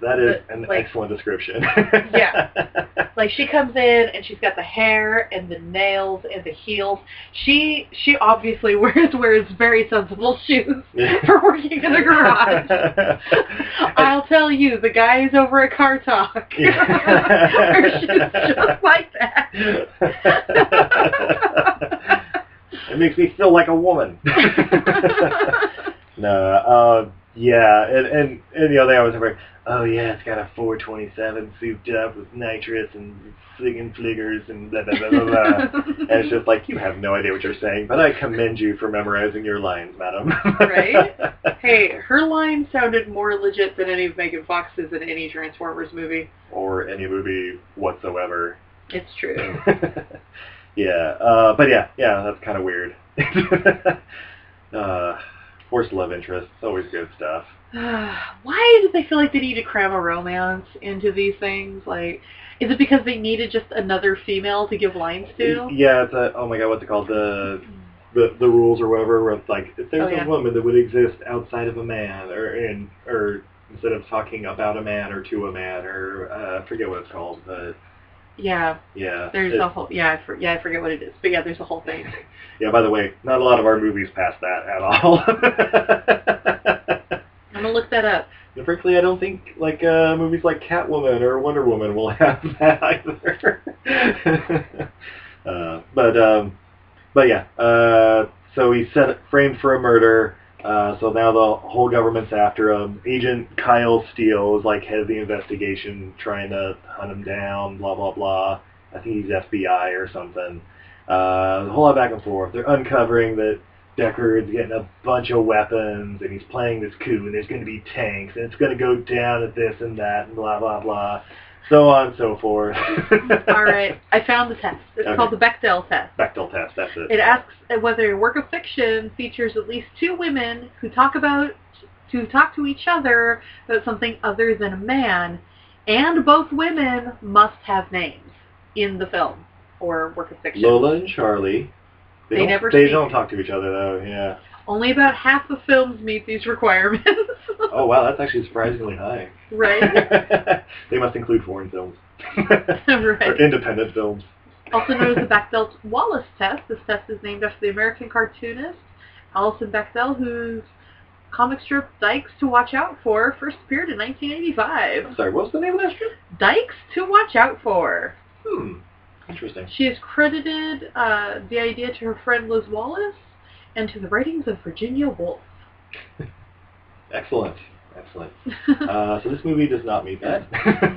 [SPEAKER 7] that is
[SPEAKER 8] The-
[SPEAKER 7] an
[SPEAKER 8] like-
[SPEAKER 7] excellent description.
[SPEAKER 8] Yeah. like she comes in and she's got the hair and the nails and the heels. She she obviously wears wears very sensible shoes for working in the garage. I'll tell you, the guy is over at Car Talk.
[SPEAKER 7] Yeah.
[SPEAKER 8] Where she's just like that.
[SPEAKER 7] it makes me feel like a woman. no, uh, yeah, and, and and you know they always remember. Oh yeah, it's got a 427 souped up with nitrous and singing fliggers and blah blah blah blah. blah. uh, and it's just like you have no idea what you're saying, but I commend you for memorizing your lines, madam.
[SPEAKER 8] Right? hey, her line sounded more legit than any of Megan Fox's in any Transformers movie.
[SPEAKER 7] or any movie whatsoever.
[SPEAKER 8] It's true.
[SPEAKER 7] yeah, uh, but yeah, yeah, that's kind of weird. uh, forced love interest, it's always good stuff.
[SPEAKER 8] Why do they feel like they need to cram a romance into these things? Like, is it because they needed just another female to give lines to?
[SPEAKER 7] Yeah, it's a, oh my god, what's it called? The the, the rules or whatever, where it's like if there's
[SPEAKER 8] Oh, yeah.
[SPEAKER 7] a woman that would exist outside of a man, or in or instead of talking about a man or to a man, or uh, I forget what it's called, but
[SPEAKER 8] Yeah,
[SPEAKER 7] yeah,
[SPEAKER 8] there's
[SPEAKER 7] it-
[SPEAKER 8] a whole yeah, I for, yeah, I forget what it is, but yeah, there's a whole thing.
[SPEAKER 7] yeah. By the way, not a lot of our movies pass that at all.
[SPEAKER 8] I'm gonna look that up.
[SPEAKER 7] And frankly, I don't think like uh, movies like Catwoman or Wonder Woman will have that either. uh, but um, but yeah, uh, so he's set framed for a murder. Uh, so now the whole government's after him. Agent Kyle Steele is like head of the investigation, trying to hunt him down. Blah blah blah. I think he's FBI or something. Uh, the whole lot back and forth. They're uncovering that Deckard's getting a bunch of weapons, and he's playing this coup, and there's going to be tanks, and it's going to go down at this and that, and blah, blah, blah, so on and so forth.
[SPEAKER 8] All right, I found the test. It's
[SPEAKER 7] Okay.
[SPEAKER 8] called the Bechdel test.
[SPEAKER 7] Bechtel test, that's it.
[SPEAKER 8] It asks whether a work of fiction features at least two women who talk about to talk to each other about something other than a man, and both women must have names in the film or work of fiction.
[SPEAKER 7] Lola and Charlie. They,
[SPEAKER 8] They
[SPEAKER 7] don't,
[SPEAKER 8] never
[SPEAKER 7] They
[SPEAKER 8] speak.
[SPEAKER 7] don't talk to each other, though, yeah.
[SPEAKER 8] Only about half of films meet these requirements,
[SPEAKER 7] Oh, wow, that's actually surprisingly high.
[SPEAKER 8] right?
[SPEAKER 7] they must include foreign films.
[SPEAKER 8] right.
[SPEAKER 7] or independent films.
[SPEAKER 8] Also known as the Bechdel Wallace test, this test is named after the American cartoonist Alison Bechdel, whose comic strip Dykes to Watch Out For first appeared in 1985.
[SPEAKER 7] I'm sorry, what was the name of that strip?
[SPEAKER 8] Dykes to Watch Out For.
[SPEAKER 7] Hmm, interesting.
[SPEAKER 8] She has credited uh, the idea to her friend Liz Wallace and to the writings of Virginia Woolf.
[SPEAKER 7] Excellent, excellent. Uh, so this movie does not meet that.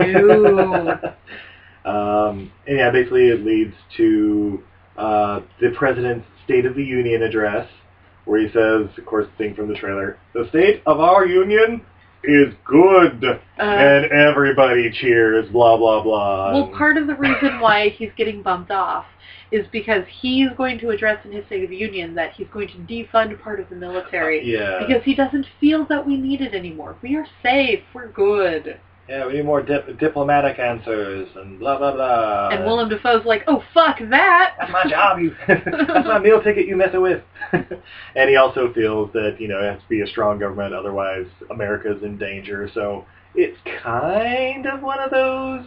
[SPEAKER 8] No.
[SPEAKER 7] um, and yeah, basically it leads to uh, the president's State of the Union address, where he says, of course, the thing from the trailer, the state of our union is good,
[SPEAKER 8] Uh,
[SPEAKER 7] and everybody cheers, blah, blah, blah.
[SPEAKER 8] well,
[SPEAKER 7] and-
[SPEAKER 8] part of the reason why he's getting bumped off is because he's going to address in his State of the Union that he's going to defund part of the military
[SPEAKER 7] yeah.
[SPEAKER 8] because he doesn't feel that we need it anymore. We are safe. We're good.
[SPEAKER 7] yeah, we need more dip- diplomatic answers, and blah, blah, blah.
[SPEAKER 8] and Willem Dafoe's like, oh, fuck that.
[SPEAKER 7] That's my job, you. That's my meal ticket you messing with. and he also feels that, you know, it has to be a strong government, otherwise America's in danger. So it's kind of one of those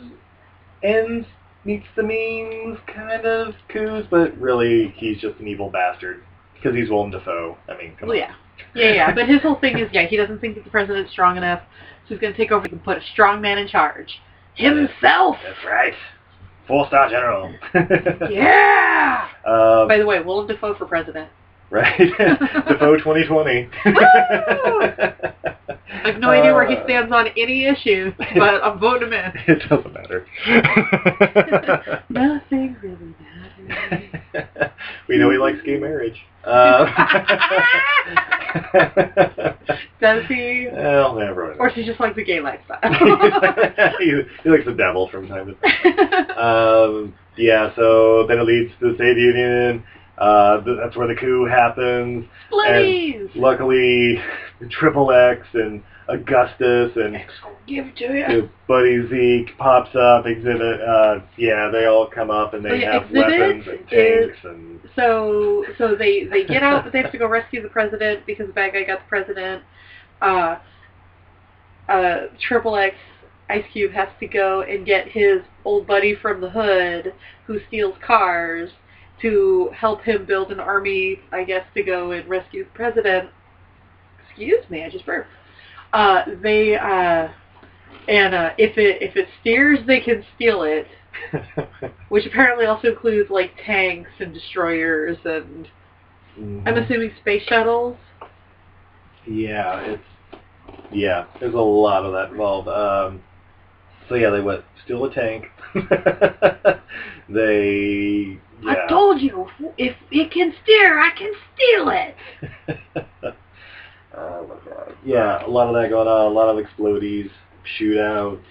[SPEAKER 7] ends meets the means kind of coups, but really he's just an evil bastard. Because he's Willem Dafoe. I mean, come
[SPEAKER 8] Well,
[SPEAKER 7] on.
[SPEAKER 8] yeah. Yeah, yeah. But his whole thing is, yeah, he doesn't think that the president's strong enough, so he's going to take over and put a strong man in charge. Himself!
[SPEAKER 7] That's right. Four-star general.
[SPEAKER 8] Yeah!
[SPEAKER 7] um,
[SPEAKER 8] By the way, Willem Dafoe for president.
[SPEAKER 7] right. Dafoe 2020.
[SPEAKER 8] I have no idea where he
[SPEAKER 7] Uh,
[SPEAKER 8] stands on any issue, but I'm voting him in.
[SPEAKER 7] It doesn't matter.
[SPEAKER 8] Nothing really matters.
[SPEAKER 7] we know he likes gay marriage. Um,
[SPEAKER 8] Does he?
[SPEAKER 7] well, never
[SPEAKER 8] Or
[SPEAKER 7] mind.
[SPEAKER 8] is he just like the gay lifestyle?
[SPEAKER 7] he, he likes the devil from time to time. Um, yeah, so then it leads to the State Union. Uh, th- that's where the coup happens.
[SPEAKER 8] Please!
[SPEAKER 7] Luckily, Triple X and Augustus and
[SPEAKER 8] Give it to him.
[SPEAKER 7] his buddy Zeke pops up. Exhibit, uh, yeah, they all come up and they
[SPEAKER 8] Oh, yeah,
[SPEAKER 7] have
[SPEAKER 8] Exhibit
[SPEAKER 7] weapons and
[SPEAKER 8] is-
[SPEAKER 7] tanks and
[SPEAKER 8] So so they they get out, but they have to go rescue the president because the bad guy got the president. Uh, uh, Triple X Ice Cube has to go and get his old buddy from the hood who steals cars to help him build an army, I guess, to go and rescue the president. Excuse me, I just burped. Uh, they uh, and uh, if it if it steers, they can steal it which apparently also includes like tanks and destroyers and
[SPEAKER 7] mm-hmm.
[SPEAKER 8] I'm
[SPEAKER 7] Mm.
[SPEAKER 8] assuming space shuttles.
[SPEAKER 7] Yeah, it's yeah. There's a lot of that involved. Um, so yeah, they went steal a tank. they
[SPEAKER 6] I
[SPEAKER 7] yeah.
[SPEAKER 6] told you, if it can steer, I can steal it.
[SPEAKER 7] Oh my god. Yeah, a lot of that going on. A lot of explodies, shootouts.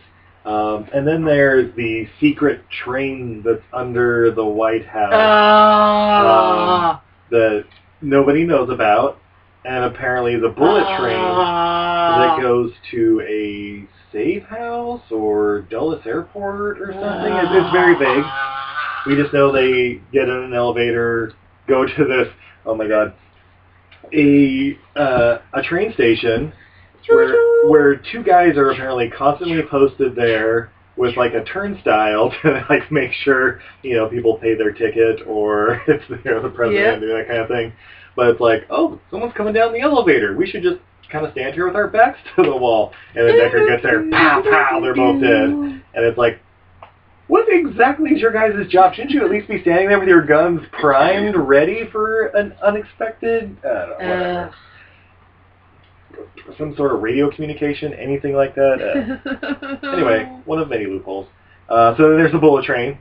[SPEAKER 7] Um, and then there's the secret train that's under the White House.
[SPEAKER 8] Uh. Ah,
[SPEAKER 7] that nobody knows about, and apparently the bullet train
[SPEAKER 8] Ah.
[SPEAKER 7] that goes to a safe house or Dulles Airport or something. It's, it's very vague. We just know they get in an elevator, go to this. Oh my god, a uh, a train station where where two guys are apparently constantly posted there with like a turnstile to like make sure you know people pay their ticket or if they're the president and that kind of thing. But it's like, oh, someone's coming down the elevator. We should just kind of stand here with our backs to the wall. And then Decker gets there, pow, pow, they're both dead. And it's like, what exactly is your guys' job? Shouldn't you at least be standing there with your guns primed, ready for an unexpected, I don't know, whatever. some sort of radio communication, anything like that? Uh, anyway, one of many loopholes. Uh, so then there's a bullet train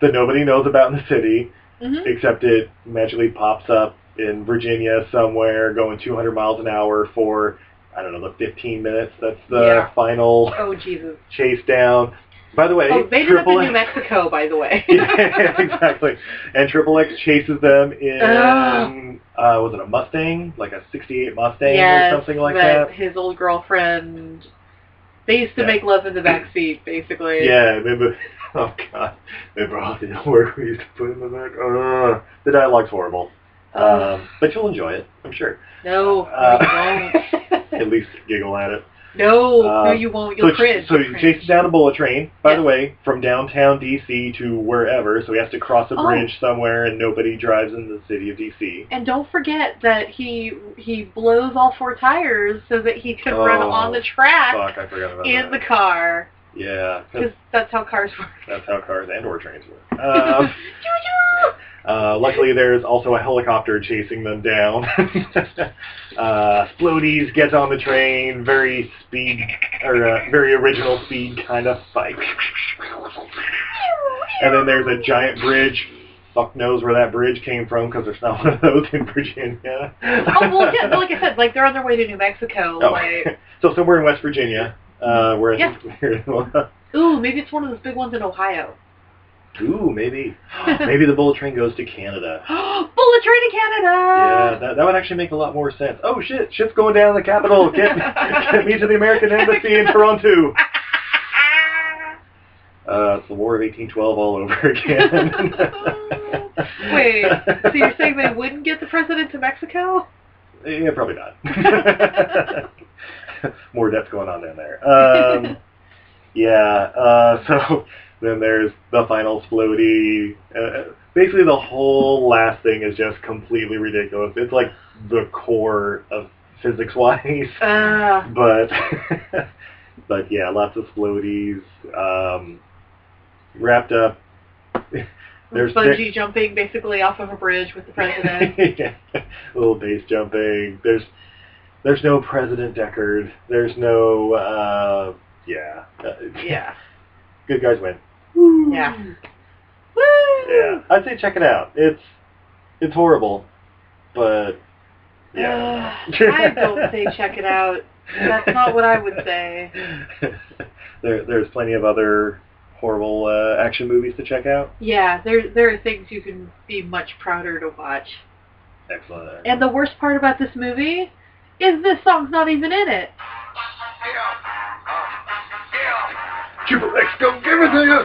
[SPEAKER 7] that nobody knows about in the city,
[SPEAKER 8] Mhm.
[SPEAKER 7] except it magically pops up in Virginia somewhere, going 200 miles an hour for, I don't know, the 15 minutes. That's the
[SPEAKER 8] Yeah.
[SPEAKER 7] final
[SPEAKER 8] Oh Jesus!
[SPEAKER 7] chase down. By the way,
[SPEAKER 8] Oh, they did up in
[SPEAKER 7] Triple
[SPEAKER 8] New
[SPEAKER 7] X,
[SPEAKER 8] Mexico, by the way.
[SPEAKER 7] yeah, exactly. And Triple X chases them in uh, was it a Mustang, like a '68 Mustang
[SPEAKER 8] Yes,
[SPEAKER 7] or something like
[SPEAKER 8] but
[SPEAKER 7] that?
[SPEAKER 8] His old girlfriend. They used to
[SPEAKER 7] Yeah.
[SPEAKER 8] make love in the back seat, basically.
[SPEAKER 7] Yeah, remember? Oh God, remember all the work we used to put in the back? Uh, the dialogue's horrible,
[SPEAKER 8] Ugh.
[SPEAKER 7] um, but you'll enjoy it, I'm sure.
[SPEAKER 8] Oh, no,
[SPEAKER 7] Uh,
[SPEAKER 8] no, you won't.
[SPEAKER 7] At least giggle at it.
[SPEAKER 8] No,
[SPEAKER 7] Uh,
[SPEAKER 8] no, you won't. You'll
[SPEAKER 7] so,
[SPEAKER 8] cringe.
[SPEAKER 7] so
[SPEAKER 8] You'll
[SPEAKER 7] he
[SPEAKER 8] cringe.
[SPEAKER 7] chases down a bullet train. By the
[SPEAKER 8] Yeah.
[SPEAKER 7] way, from downtown DC to wherever, so he has to cross a
[SPEAKER 8] Oh.
[SPEAKER 7] bridge somewhere, and nobody drives in the city of DC.
[SPEAKER 8] And don't forget that he he blows all four tires so that he can run
[SPEAKER 7] Oh,
[SPEAKER 8] on the track
[SPEAKER 7] Fuck, I forgot about that.
[SPEAKER 8] in the car
[SPEAKER 7] yeah, 'cause
[SPEAKER 8] because that's how cars work.
[SPEAKER 7] That's how cars and or trains work. Um, uh, luckily, there's also a helicopter chasing them down. uh, Splodies gets on the train, very speed, or uh, very original speed kind of spike. And then there's a giant bridge fuck knows where that bridge came from because there's not one of those in Virginia.
[SPEAKER 8] Oh well, yeah, but like I said, like they're on their way to New Mexico.
[SPEAKER 7] Oh.
[SPEAKER 8] Like,
[SPEAKER 7] so somewhere in West Virginia, uh, where I
[SPEAKER 8] Yeah.
[SPEAKER 7] think
[SPEAKER 8] ooh, maybe it's one of those big ones in Ohio.
[SPEAKER 7] ooh maybe maybe the bullet train goes to Canada.
[SPEAKER 8] Bullet train to
[SPEAKER 7] Yeah,
[SPEAKER 8] Canada.
[SPEAKER 7] that, that would actually make a lot more sense. Oh shit, shit's going down in the capital. Get, get me to the American Embassy in Toronto. Uh, it's the War of 1812 all over again.
[SPEAKER 8] Wait, so you're saying they wouldn't get the president to Mexico?
[SPEAKER 7] Yeah, probably not. More death going on down there. Um, yeah. Uh, so then there's the final splody. Uh, basically, the whole last thing is just completely ridiculous. It's like the core of physics-wise.
[SPEAKER 8] Uh,
[SPEAKER 7] But but yeah, lots of splodies. Um, wrapped up. There's
[SPEAKER 8] bungee jumping basically off of a bridge with the president.
[SPEAKER 7] yeah. A little base jumping. There's there's no President Deckard. There's no uh yeah. Uh,
[SPEAKER 8] yeah.
[SPEAKER 7] Good guys win.
[SPEAKER 8] Yeah. Hmm. Woo!
[SPEAKER 7] Yeah. I'd say check it out. It's it's horrible. But yeah.
[SPEAKER 8] Uh, I don't say check it out. That's not what I would say.
[SPEAKER 7] there there's plenty of other horrible uh, action movies to check out.
[SPEAKER 8] Yeah, there there are things you can be much prouder to watch.
[SPEAKER 7] Excellent.
[SPEAKER 8] And the worst part about this movie is this song's not even in it.
[SPEAKER 4] Triple X, don't give it to you.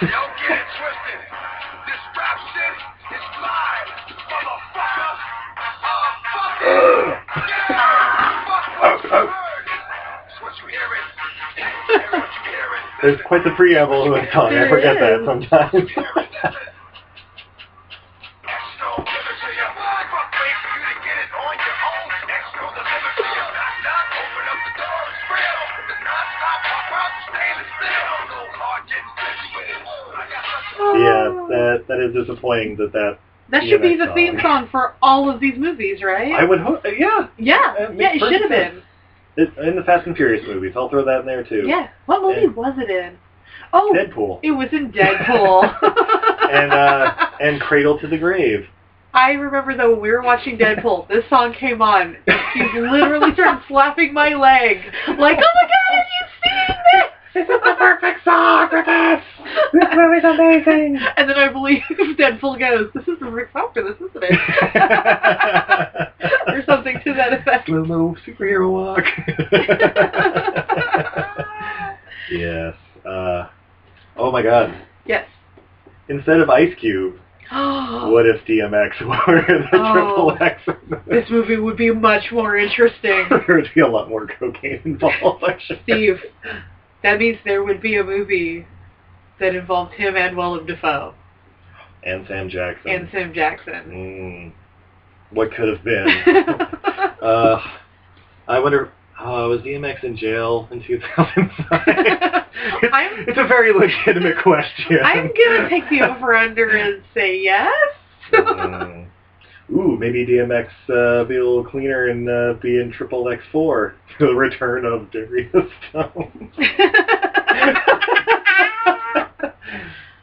[SPEAKER 2] Don't get it twisted. This rap shit is live, motherfucker. Motherfucker. Yeah. Fuck what you heard. It's what you hear it. Hear what you hear it.
[SPEAKER 7] There's quite the preamble to the song. I
[SPEAKER 8] There
[SPEAKER 7] forget
[SPEAKER 8] is.
[SPEAKER 7] that sometimes. yeah, that that is disappointing that that
[SPEAKER 8] Oh. That
[SPEAKER 7] Yeah,
[SPEAKER 8] should be
[SPEAKER 7] that
[SPEAKER 8] the theme song for all of these movies, right?
[SPEAKER 7] I Uh, would hope. Yeah,
[SPEAKER 8] yeah,
[SPEAKER 7] that
[SPEAKER 8] yeah,
[SPEAKER 7] makes
[SPEAKER 8] it should have
[SPEAKER 7] perfect
[SPEAKER 8] been.
[SPEAKER 7] it, in the Fast and Furious movies, I'll throw that in there too.
[SPEAKER 8] Yeah. What movie
[SPEAKER 7] And-
[SPEAKER 8] was it in? Oh,
[SPEAKER 7] Deadpool
[SPEAKER 8] it was in Deadpool.
[SPEAKER 7] and uh, and Cradle to the Grave.
[SPEAKER 8] I remember though when we were watching Deadpool, this song came on. She literally started slapping my leg, like, "Oh my god, have you seen this?
[SPEAKER 7] This is the perfect song for this. This movie's amazing.
[SPEAKER 8] And then I believe Deadpool goes, "This is the perfect song for this, isn't it?" or something to that effect.
[SPEAKER 7] Slow mo superhero walk. yes. Uh, oh my God.
[SPEAKER 8] Yes.
[SPEAKER 7] Instead of Ice Cube, what if DMX were the
[SPEAKER 8] Oh.
[SPEAKER 7] triple X?
[SPEAKER 8] this movie would be much more interesting,
[SPEAKER 7] there would be a lot more cocaine involved. I'm sure.
[SPEAKER 8] Steve. That means there would be a movie that involved him and Willem Dafoe
[SPEAKER 7] And Sam Jackson.
[SPEAKER 8] and Sam Jackson.
[SPEAKER 7] Mm, what could have been? uh, I wonder. Uh, was DMX in jail in 2005? It's-
[SPEAKER 8] I'm-
[SPEAKER 7] it's a very legitimate question.
[SPEAKER 8] I'm gonna take the over under and say yes.
[SPEAKER 7] Mm. Ooh, maybe DMX uh, be a little cleaner and uh, be in Triple X4, The Return of Darius Stone.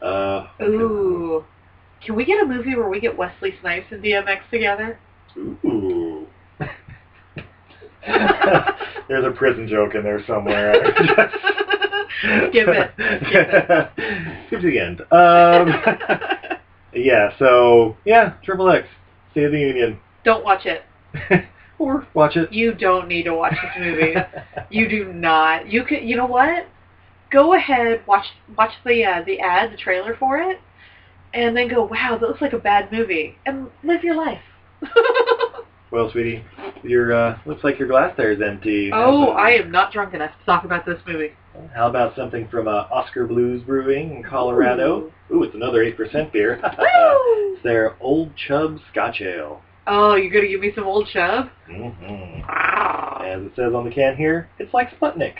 [SPEAKER 7] uh,
[SPEAKER 8] Ooh. Can we get a movie where we get Wesley Snipes and DMX together?
[SPEAKER 7] Ooh. There's a prison joke in there somewhere.
[SPEAKER 8] Skip it. Skip
[SPEAKER 7] Skip to the end. Um, yeah, so, yeah, Triple X, State of the Union.
[SPEAKER 8] Don't watch it.
[SPEAKER 7] Or watch it.
[SPEAKER 8] You don't need to watch this movie. you do not. You could. You know what? Go ahead. Watch watch the uh, the ad, the trailer for it, and then go. Wow, that looks like a bad movie. And live your life.
[SPEAKER 7] Well, sweetie, your uh, looks like your glass there is empty.
[SPEAKER 8] oh, I am not drunk enough to talk about this movie.
[SPEAKER 7] How about something from uh, Oscar Blues Brewing in Colorado? Ooh, it's another 8% beer.
[SPEAKER 8] Woo!
[SPEAKER 7] it's their Old Chub Scotch Ale.
[SPEAKER 8] Oh, you gonna give me some old chub? Mm-hmm.
[SPEAKER 7] hmm As it says on the can here, it's like Sputnik.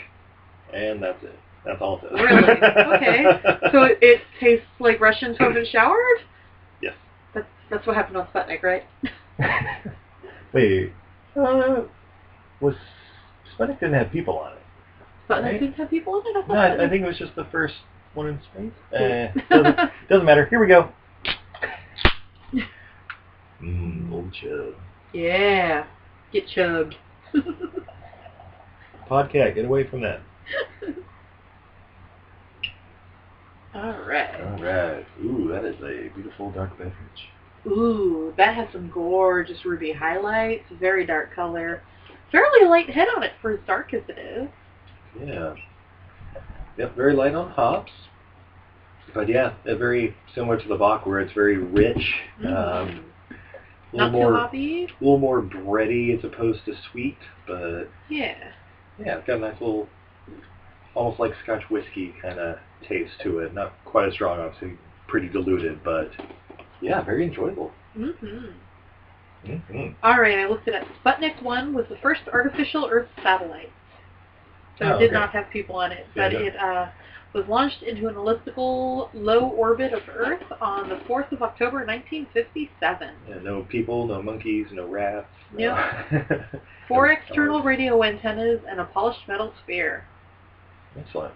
[SPEAKER 7] And that's it. That's all it says.
[SPEAKER 8] Really? Okay. So it, it tastes like Russians who have been showered?
[SPEAKER 7] Yes.
[SPEAKER 8] That's, that's what happened on Sputnik, right?
[SPEAKER 7] Wait. Uh, was Sputnik didn't have people on it?
[SPEAKER 8] Sputnik
[SPEAKER 7] Right.
[SPEAKER 8] didn't have people in it? I thought
[SPEAKER 7] No, I, I
[SPEAKER 8] Sputnik-
[SPEAKER 7] think it was just the first one in space. Eh, doesn't, doesn't matter. Here we go. Mmm, old chub.
[SPEAKER 8] Yeah. Get chugged.
[SPEAKER 7] Podcat, get away from that.
[SPEAKER 8] All right.
[SPEAKER 7] right. Ooh, that is a beautiful dark beverage.
[SPEAKER 8] Ooh, that has some gorgeous ruby highlights, very dark color. Fairly light head on it for as dark as it is.
[SPEAKER 7] Yeah. Yep, very light on hops. But yeah, they're very similar to the Bach where it's very rich. Um, a little
[SPEAKER 8] Mm. Hmm. Not
[SPEAKER 7] more
[SPEAKER 8] too hoppy.
[SPEAKER 7] a little more bready as opposed to sweet, but
[SPEAKER 8] Yeah.
[SPEAKER 7] yeah, it's got a nice little, almost like Scotch whiskey kind of taste to it. Not quite as strong, obviously, pretty diluted, but yeah, very enjoyable.
[SPEAKER 8] hmm
[SPEAKER 7] Mm-hmm.
[SPEAKER 8] All right, I looked it up. Sputnik 1 was the first artificial Earth satellite. So
[SPEAKER 7] Oh,
[SPEAKER 8] it did
[SPEAKER 7] okay.
[SPEAKER 8] not have people on it, but
[SPEAKER 7] Yeah, no.
[SPEAKER 8] it uh, was launched into an elliptical low orbit of Earth on the 4th of October 1957.
[SPEAKER 7] Yeah, no people, no monkeys, no rats.
[SPEAKER 8] Yeah.
[SPEAKER 7] Four
[SPEAKER 8] Four external radio antennas and a polished metal sphere.
[SPEAKER 7] Excellent.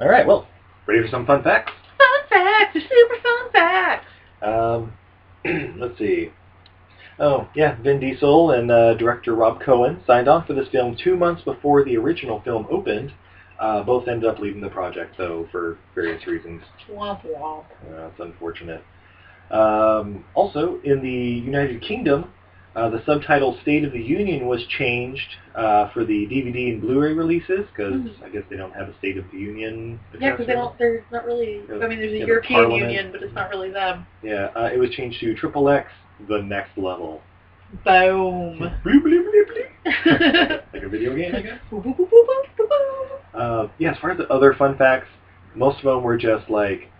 [SPEAKER 7] All right, well, ready for some fun facts?
[SPEAKER 8] Fun facts! They're super fun facts!
[SPEAKER 7] Um, let's see. Oh, yeah, Vin Diesel and uh, director Rob Cohen signed on for this film two months before the original film opened. Uh, both ended up leaving the project, though, for various reasons.
[SPEAKER 8] Womp womp.
[SPEAKER 7] Uh, it's unfortunate. Um, also, in the United Kingdom, uh, the subtitle State of the Union was changed uh, for the DVD and Blu-ray releases because I guess they don't have a State of the Union.
[SPEAKER 8] Hmm. Yeah, because they
[SPEAKER 7] address.
[SPEAKER 8] don't, there's not really, I mean, there's a
[SPEAKER 7] Yeah, the
[SPEAKER 8] European
[SPEAKER 7] parliament.
[SPEAKER 8] Union, but it's not really them.
[SPEAKER 7] Yeah, uh, it was changed to Triple X, the next level.
[SPEAKER 8] Boom.
[SPEAKER 7] Bloop, bloop, bloop, bloop. like a video game, I guess. Uh, yeah, as far as the other fun facts, most of them were just like,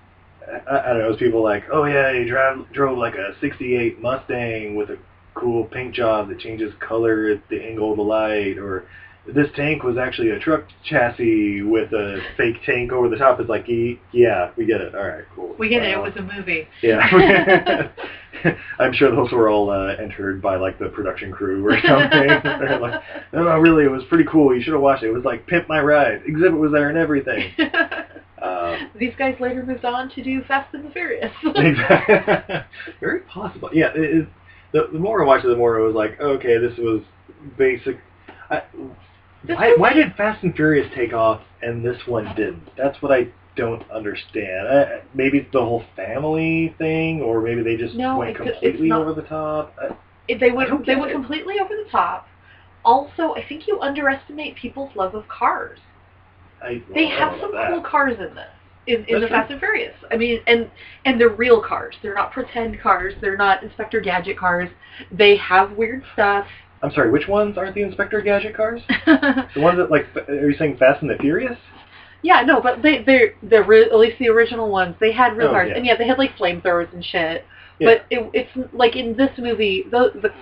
[SPEAKER 7] I, I don't know, it was people like, oh yeah, he drive, drove like a 68 Mustang with a cool paint job that changes color at the angle of the light, or this tank was actually a truck chassis with a fake tank over the top. It's like, "Ye- yeah, we get it. All right, cool.
[SPEAKER 8] we get it,
[SPEAKER 7] Uh,
[SPEAKER 8] it was a movie.
[SPEAKER 7] yeah. I'm sure those were all uh, entered by like the production crew or something. They're like, no, no, really, it was pretty cool. You should have watched it. It was like Pimp My Ride. Exhibit was there and everything. Um,
[SPEAKER 8] These guys later moved on to do Fast and the Furious.
[SPEAKER 7] very possible. Yeah, it, it, the, the more I watched it, the more I was like, okay, this was basic. I,
[SPEAKER 8] This
[SPEAKER 7] why,
[SPEAKER 8] was-
[SPEAKER 7] why did Fast and Furious take off and this one didn't? That's what I don't understand. I, I- maybe it's the whole family thing, or maybe they just
[SPEAKER 8] No,
[SPEAKER 7] went
[SPEAKER 8] it's- it's
[SPEAKER 7] completely
[SPEAKER 8] not-
[SPEAKER 7] over the top. I,
[SPEAKER 8] If they
[SPEAKER 7] I don't
[SPEAKER 8] went they
[SPEAKER 7] get
[SPEAKER 8] went
[SPEAKER 7] it.
[SPEAKER 8] completely over the top. Also, I think you underestimate people's love of cars.
[SPEAKER 7] I, well,
[SPEAKER 8] They
[SPEAKER 7] I
[SPEAKER 8] have
[SPEAKER 7] don't know
[SPEAKER 8] some
[SPEAKER 7] about
[SPEAKER 8] cool cars in this. In,
[SPEAKER 7] That's
[SPEAKER 8] in the
[SPEAKER 7] true.
[SPEAKER 8] Fast and Furious. I mean, and and they're real cars. They're not pretend cars. They're not Inspector Gadget cars. They have weird stuff.
[SPEAKER 7] that. I'm sorry, which ones aren't the Inspector Gadget cars? the ones that like, fa- are you saying Fast and the Furious?
[SPEAKER 8] Yeah, no, but they they the ri- at least the original ones they had real
[SPEAKER 7] Oh,
[SPEAKER 8] cars,
[SPEAKER 7] yeah.
[SPEAKER 8] and yeah, they had like flamethrowers and shit.
[SPEAKER 7] Yeah.
[SPEAKER 8] But it, it's like in this movie, the the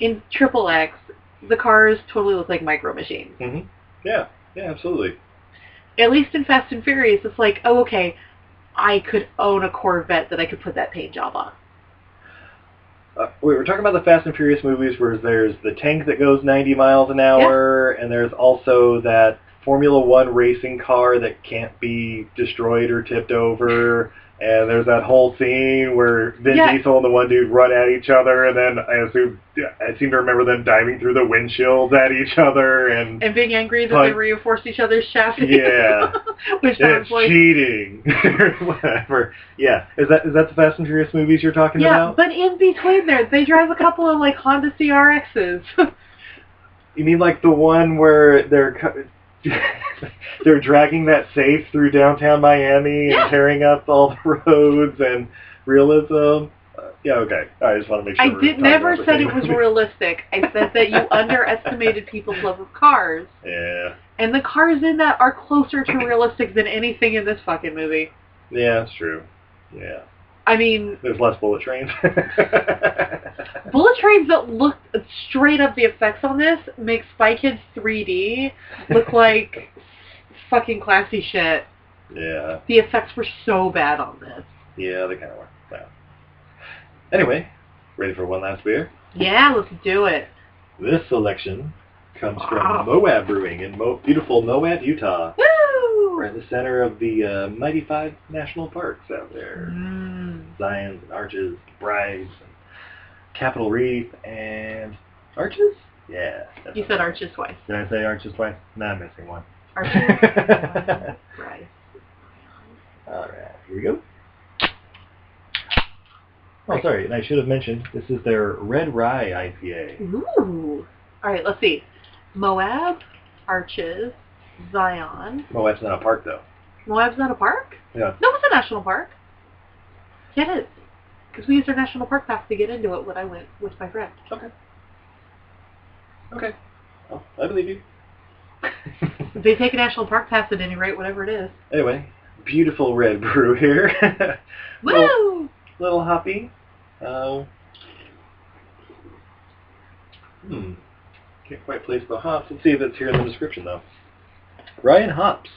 [SPEAKER 8] in Triple X, the cars totally look like micro machines.
[SPEAKER 7] Yeah, yeah, absolutely.
[SPEAKER 8] At least in Fast and Furious, it's like, oh okay, I could own a Corvette that I could put that paint job on.
[SPEAKER 7] Uh, we were talking about the Fast and Furious movies where there's the tank that goes 90 miles an hour, and there's also that Formula One racing car that can't be destroyed or tipped over, and there's that whole scene where Vin
[SPEAKER 8] Yeah.
[SPEAKER 7] Diesel and the one dude run at each other, and then I assume I seem to remember them diving through the windshields at each other, and
[SPEAKER 8] And being angry that
[SPEAKER 7] But-
[SPEAKER 8] they reinforced each other's chassis.
[SPEAKER 7] yeah,
[SPEAKER 8] which
[SPEAKER 7] it's
[SPEAKER 8] sounds like
[SPEAKER 7] cheating, whatever. Yeah, is that is that the Fast and Furious movies you're talking
[SPEAKER 8] yeah,
[SPEAKER 7] about?
[SPEAKER 8] but in between there, they drive a couple of like Honda CRXs.
[SPEAKER 7] You mean like the one where they're cu- they're dragging that safe through downtown Miami
[SPEAKER 8] Yeah.
[SPEAKER 7] and tearing up all the roads and realism? Uh, yeah, okay. I just want to make sure.
[SPEAKER 8] I
[SPEAKER 7] we're
[SPEAKER 8] did
[SPEAKER 7] talking
[SPEAKER 8] never
[SPEAKER 7] about the
[SPEAKER 8] said
[SPEAKER 7] same
[SPEAKER 8] it was
[SPEAKER 7] movie.
[SPEAKER 8] realistic. I said that you underestimated people's love of cars,
[SPEAKER 7] Yeah,
[SPEAKER 8] and the cars in that are closer to realistic than anything in this fucking movie.
[SPEAKER 7] yeah, that's true. Yeah,
[SPEAKER 8] I mean,
[SPEAKER 7] there's less bullet trains.
[SPEAKER 8] bullet trains that look straight up the effects on this make Spy Kids 3D look like fucking classy shit.
[SPEAKER 7] yeah,
[SPEAKER 8] The effects were so bad on this.
[SPEAKER 7] yeah, they kind of were. Yeah. Anyway, ready for one last beer?
[SPEAKER 8] Yeah, let's do it.
[SPEAKER 7] This selection comes
[SPEAKER 8] Wow.
[SPEAKER 7] from Moab Brewing in Mo- beautiful Moab, Utah.
[SPEAKER 8] Woo!
[SPEAKER 7] We're in the center of the uh, mighty five national parks out there.
[SPEAKER 8] Mm.
[SPEAKER 7] Zions and Arches, Brides, and Capitol Reef, and Arches? Yeah. that's
[SPEAKER 8] You
[SPEAKER 7] what-
[SPEAKER 8] said arches twice.
[SPEAKER 7] Did I say Arches twice? No, I'm missing one.
[SPEAKER 8] Arches. right.
[SPEAKER 7] All right, here we go. Oh, sorry, and I should have mentioned, this is their Red Rye IPA.
[SPEAKER 8] Ooh. All right, let's see. Moab, arches, Zion.
[SPEAKER 7] My wife's not a park, though.
[SPEAKER 8] Moab's not a park?
[SPEAKER 7] Yeah.
[SPEAKER 8] No, it's a national park. Get it. Because we used our national park pass to get into it when I went with my friend.
[SPEAKER 7] Okay. Okay. Oh, I believe you.
[SPEAKER 8] They take a national park pass at any rate, whatever it is.
[SPEAKER 7] Anyway, beautiful red brew here.
[SPEAKER 8] Woo!
[SPEAKER 7] Well- Little hoppy. Uh, hmm. Can't quite place the hops. Let's see if it's here in the description, though. Rye and hops.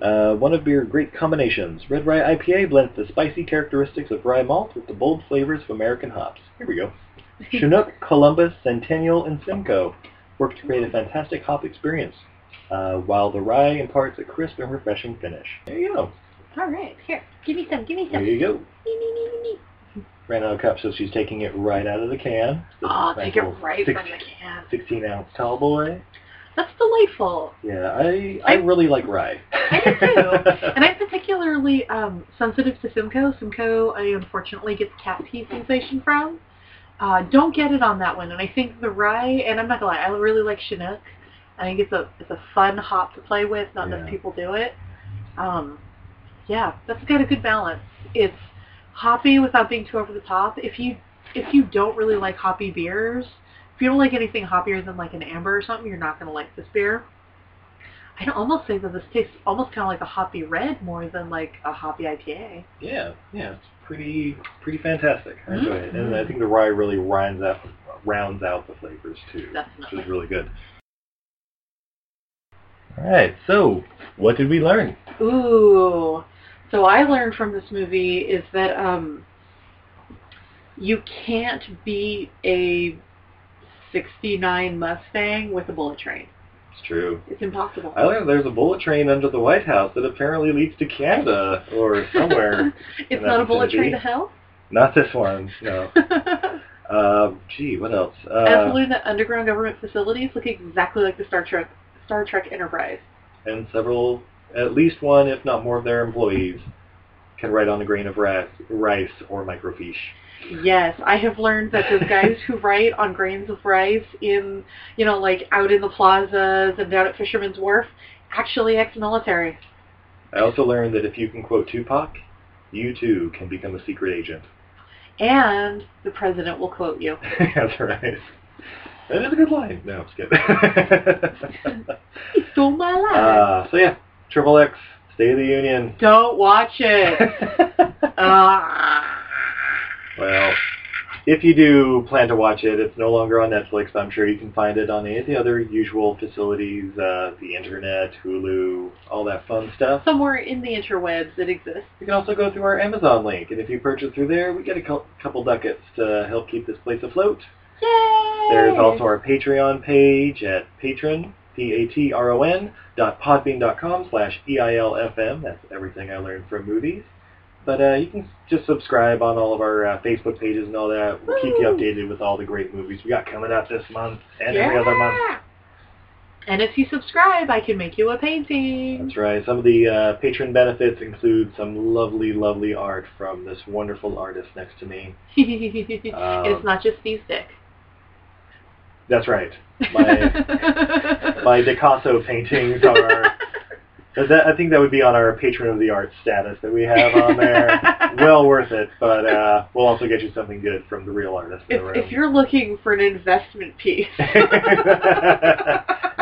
[SPEAKER 7] Uh, one of beer great combinations. Red Rye IPA blends the spicy characteristics of rye malt with the bold flavors of American hops. Here we go. Chinook, Columbus, Centennial, and Simcoe work to create a fantastic hop experience, uh, while the rye imparts a crisp and refreshing finish. There you go.
[SPEAKER 8] All right, here. Give me some, give me
[SPEAKER 7] There
[SPEAKER 8] some.
[SPEAKER 7] you go.
[SPEAKER 8] Me, me, me, me, me.
[SPEAKER 7] ran out of cups, so she's taking it right out of the can. This
[SPEAKER 8] Oh,
[SPEAKER 7] nice
[SPEAKER 8] take it
[SPEAKER 7] little
[SPEAKER 8] right
[SPEAKER 7] six-
[SPEAKER 8] from the can.
[SPEAKER 7] 16 ounce tall boy.
[SPEAKER 8] That's delightful.
[SPEAKER 7] Yeah, I I
[SPEAKER 8] I-
[SPEAKER 7] really like rye.
[SPEAKER 8] I do too. And I'm particularly um, sensitive to Simcoe. Simcoe, I unfortunately get the cat pee sensation from. Uh, don't get it on that one. And I think the rye, and I'm not gonna lie, I really like Chinook. I think it's a it's a fun hop to play with. Not
[SPEAKER 7] Yeah.
[SPEAKER 8] enough people do it. Um, yeah, that's got a good balance. It's hoppy without being too over the top. If you if you don't really like hoppy beers, if you don't like anything hoppier than like an amber or something, you're not gonna like this beer. I'd almost say that this tastes almost kind of like a hoppy red more than like a hoppy IPA.
[SPEAKER 7] yeah, yeah, it's pretty pretty fantastic. I enjoy it, and
[SPEAKER 8] Mm-hmm.
[SPEAKER 7] I think the rye really rounds out rounds out the flavors too,
[SPEAKER 8] Definitely.
[SPEAKER 7] which is really good. All right, so what did we learn?
[SPEAKER 8] Ooh. So I learned from this movie is that um, you can't beat a 69 Mustang with a bullet train.
[SPEAKER 7] It's true.
[SPEAKER 8] It's impossible.
[SPEAKER 7] I learned there's a bullet train under the White House that apparently leads to Canada or somewhere. in
[SPEAKER 8] it's
[SPEAKER 7] that
[SPEAKER 8] not a bullet
[SPEAKER 7] vicinity.
[SPEAKER 8] train to hell.
[SPEAKER 7] Not this one, no.
[SPEAKER 8] Absolutely.
[SPEAKER 7] Uh, gee, what else? Uh,
[SPEAKER 8] Absolutely, the underground government facilities look exactly like the Star Trek Star Trek Enterprise.
[SPEAKER 7] and several, at least one, if not more, of their employees can write on a grain of rice, rice or microfiche.
[SPEAKER 8] Yes, I have learned that those guys who write on grains of rice in, you know, like out in the plazas and down at Fisherman's Wharf, actually ex-military.
[SPEAKER 7] I also learned that if you can quote Tupac, you too can become a secret agent.
[SPEAKER 8] And the president will quote you.
[SPEAKER 7] That's right. That is a good line. No, I'm just kidding.
[SPEAKER 8] He stole my life.
[SPEAKER 7] uh, so yeah, Triple X, State of the Union.
[SPEAKER 8] Don't watch it. Ah.
[SPEAKER 7] Well, if you do plan to watch it, it's no longer on Netflix. I'm sure you can find it on any of the other usual facilities, uh, the internet, Hulu, all that fun stuff.
[SPEAKER 8] Somewhere in the interwebs it exists.
[SPEAKER 7] You can also go through our Amazon link, and if you purchase through there, we get a cou- couple ducats to help keep this place afloat.
[SPEAKER 8] Yay!
[SPEAKER 7] There's also our Patreon page at patron, P-A-T-R-O-N, dot podbean dot com slash E E-I-L-F-M. That's everything I learned from movies. But uh, you can just subscribe on all of our uh, Facebook pages and all that. We'll keep you
[SPEAKER 8] Woo!
[SPEAKER 7] updated with all the great movies we got coming out this month and every other month.
[SPEAKER 8] Yeah. And if you subscribe, I can make you a painting.
[SPEAKER 7] That's right. Some of the uh, patron benefits include some lovely, lovely art from this wonderful artist next to me. Um,
[SPEAKER 8] it's not just Steve Dick.
[SPEAKER 7] That's right. My, my Picasso paintings are But that, I think that would be on our patron of the arts status that we have on there. well worth it, but uh, we'll also get you something good from the real artist in
[SPEAKER 8] If,
[SPEAKER 7] the room.
[SPEAKER 8] if you're looking for an investment piece,
[SPEAKER 7] Um,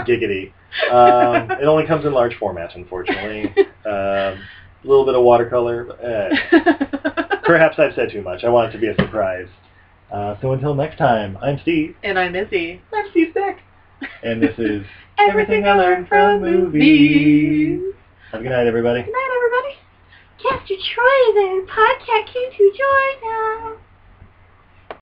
[SPEAKER 7] Giggity. Um, it only comes in large format, unfortunately. Um, A little bit of watercolor. but, Eh. Perhaps I've said too much. I want it to be a surprise. Uh, so until next time, I'm Steve.
[SPEAKER 8] and I'm Izzy.
[SPEAKER 7] I'm Steve Beck. And this is
[SPEAKER 8] Everything I learned from movies.
[SPEAKER 7] Have a good night, everybody.
[SPEAKER 8] Good night, everybody. Cast your choice and podcast you to join us.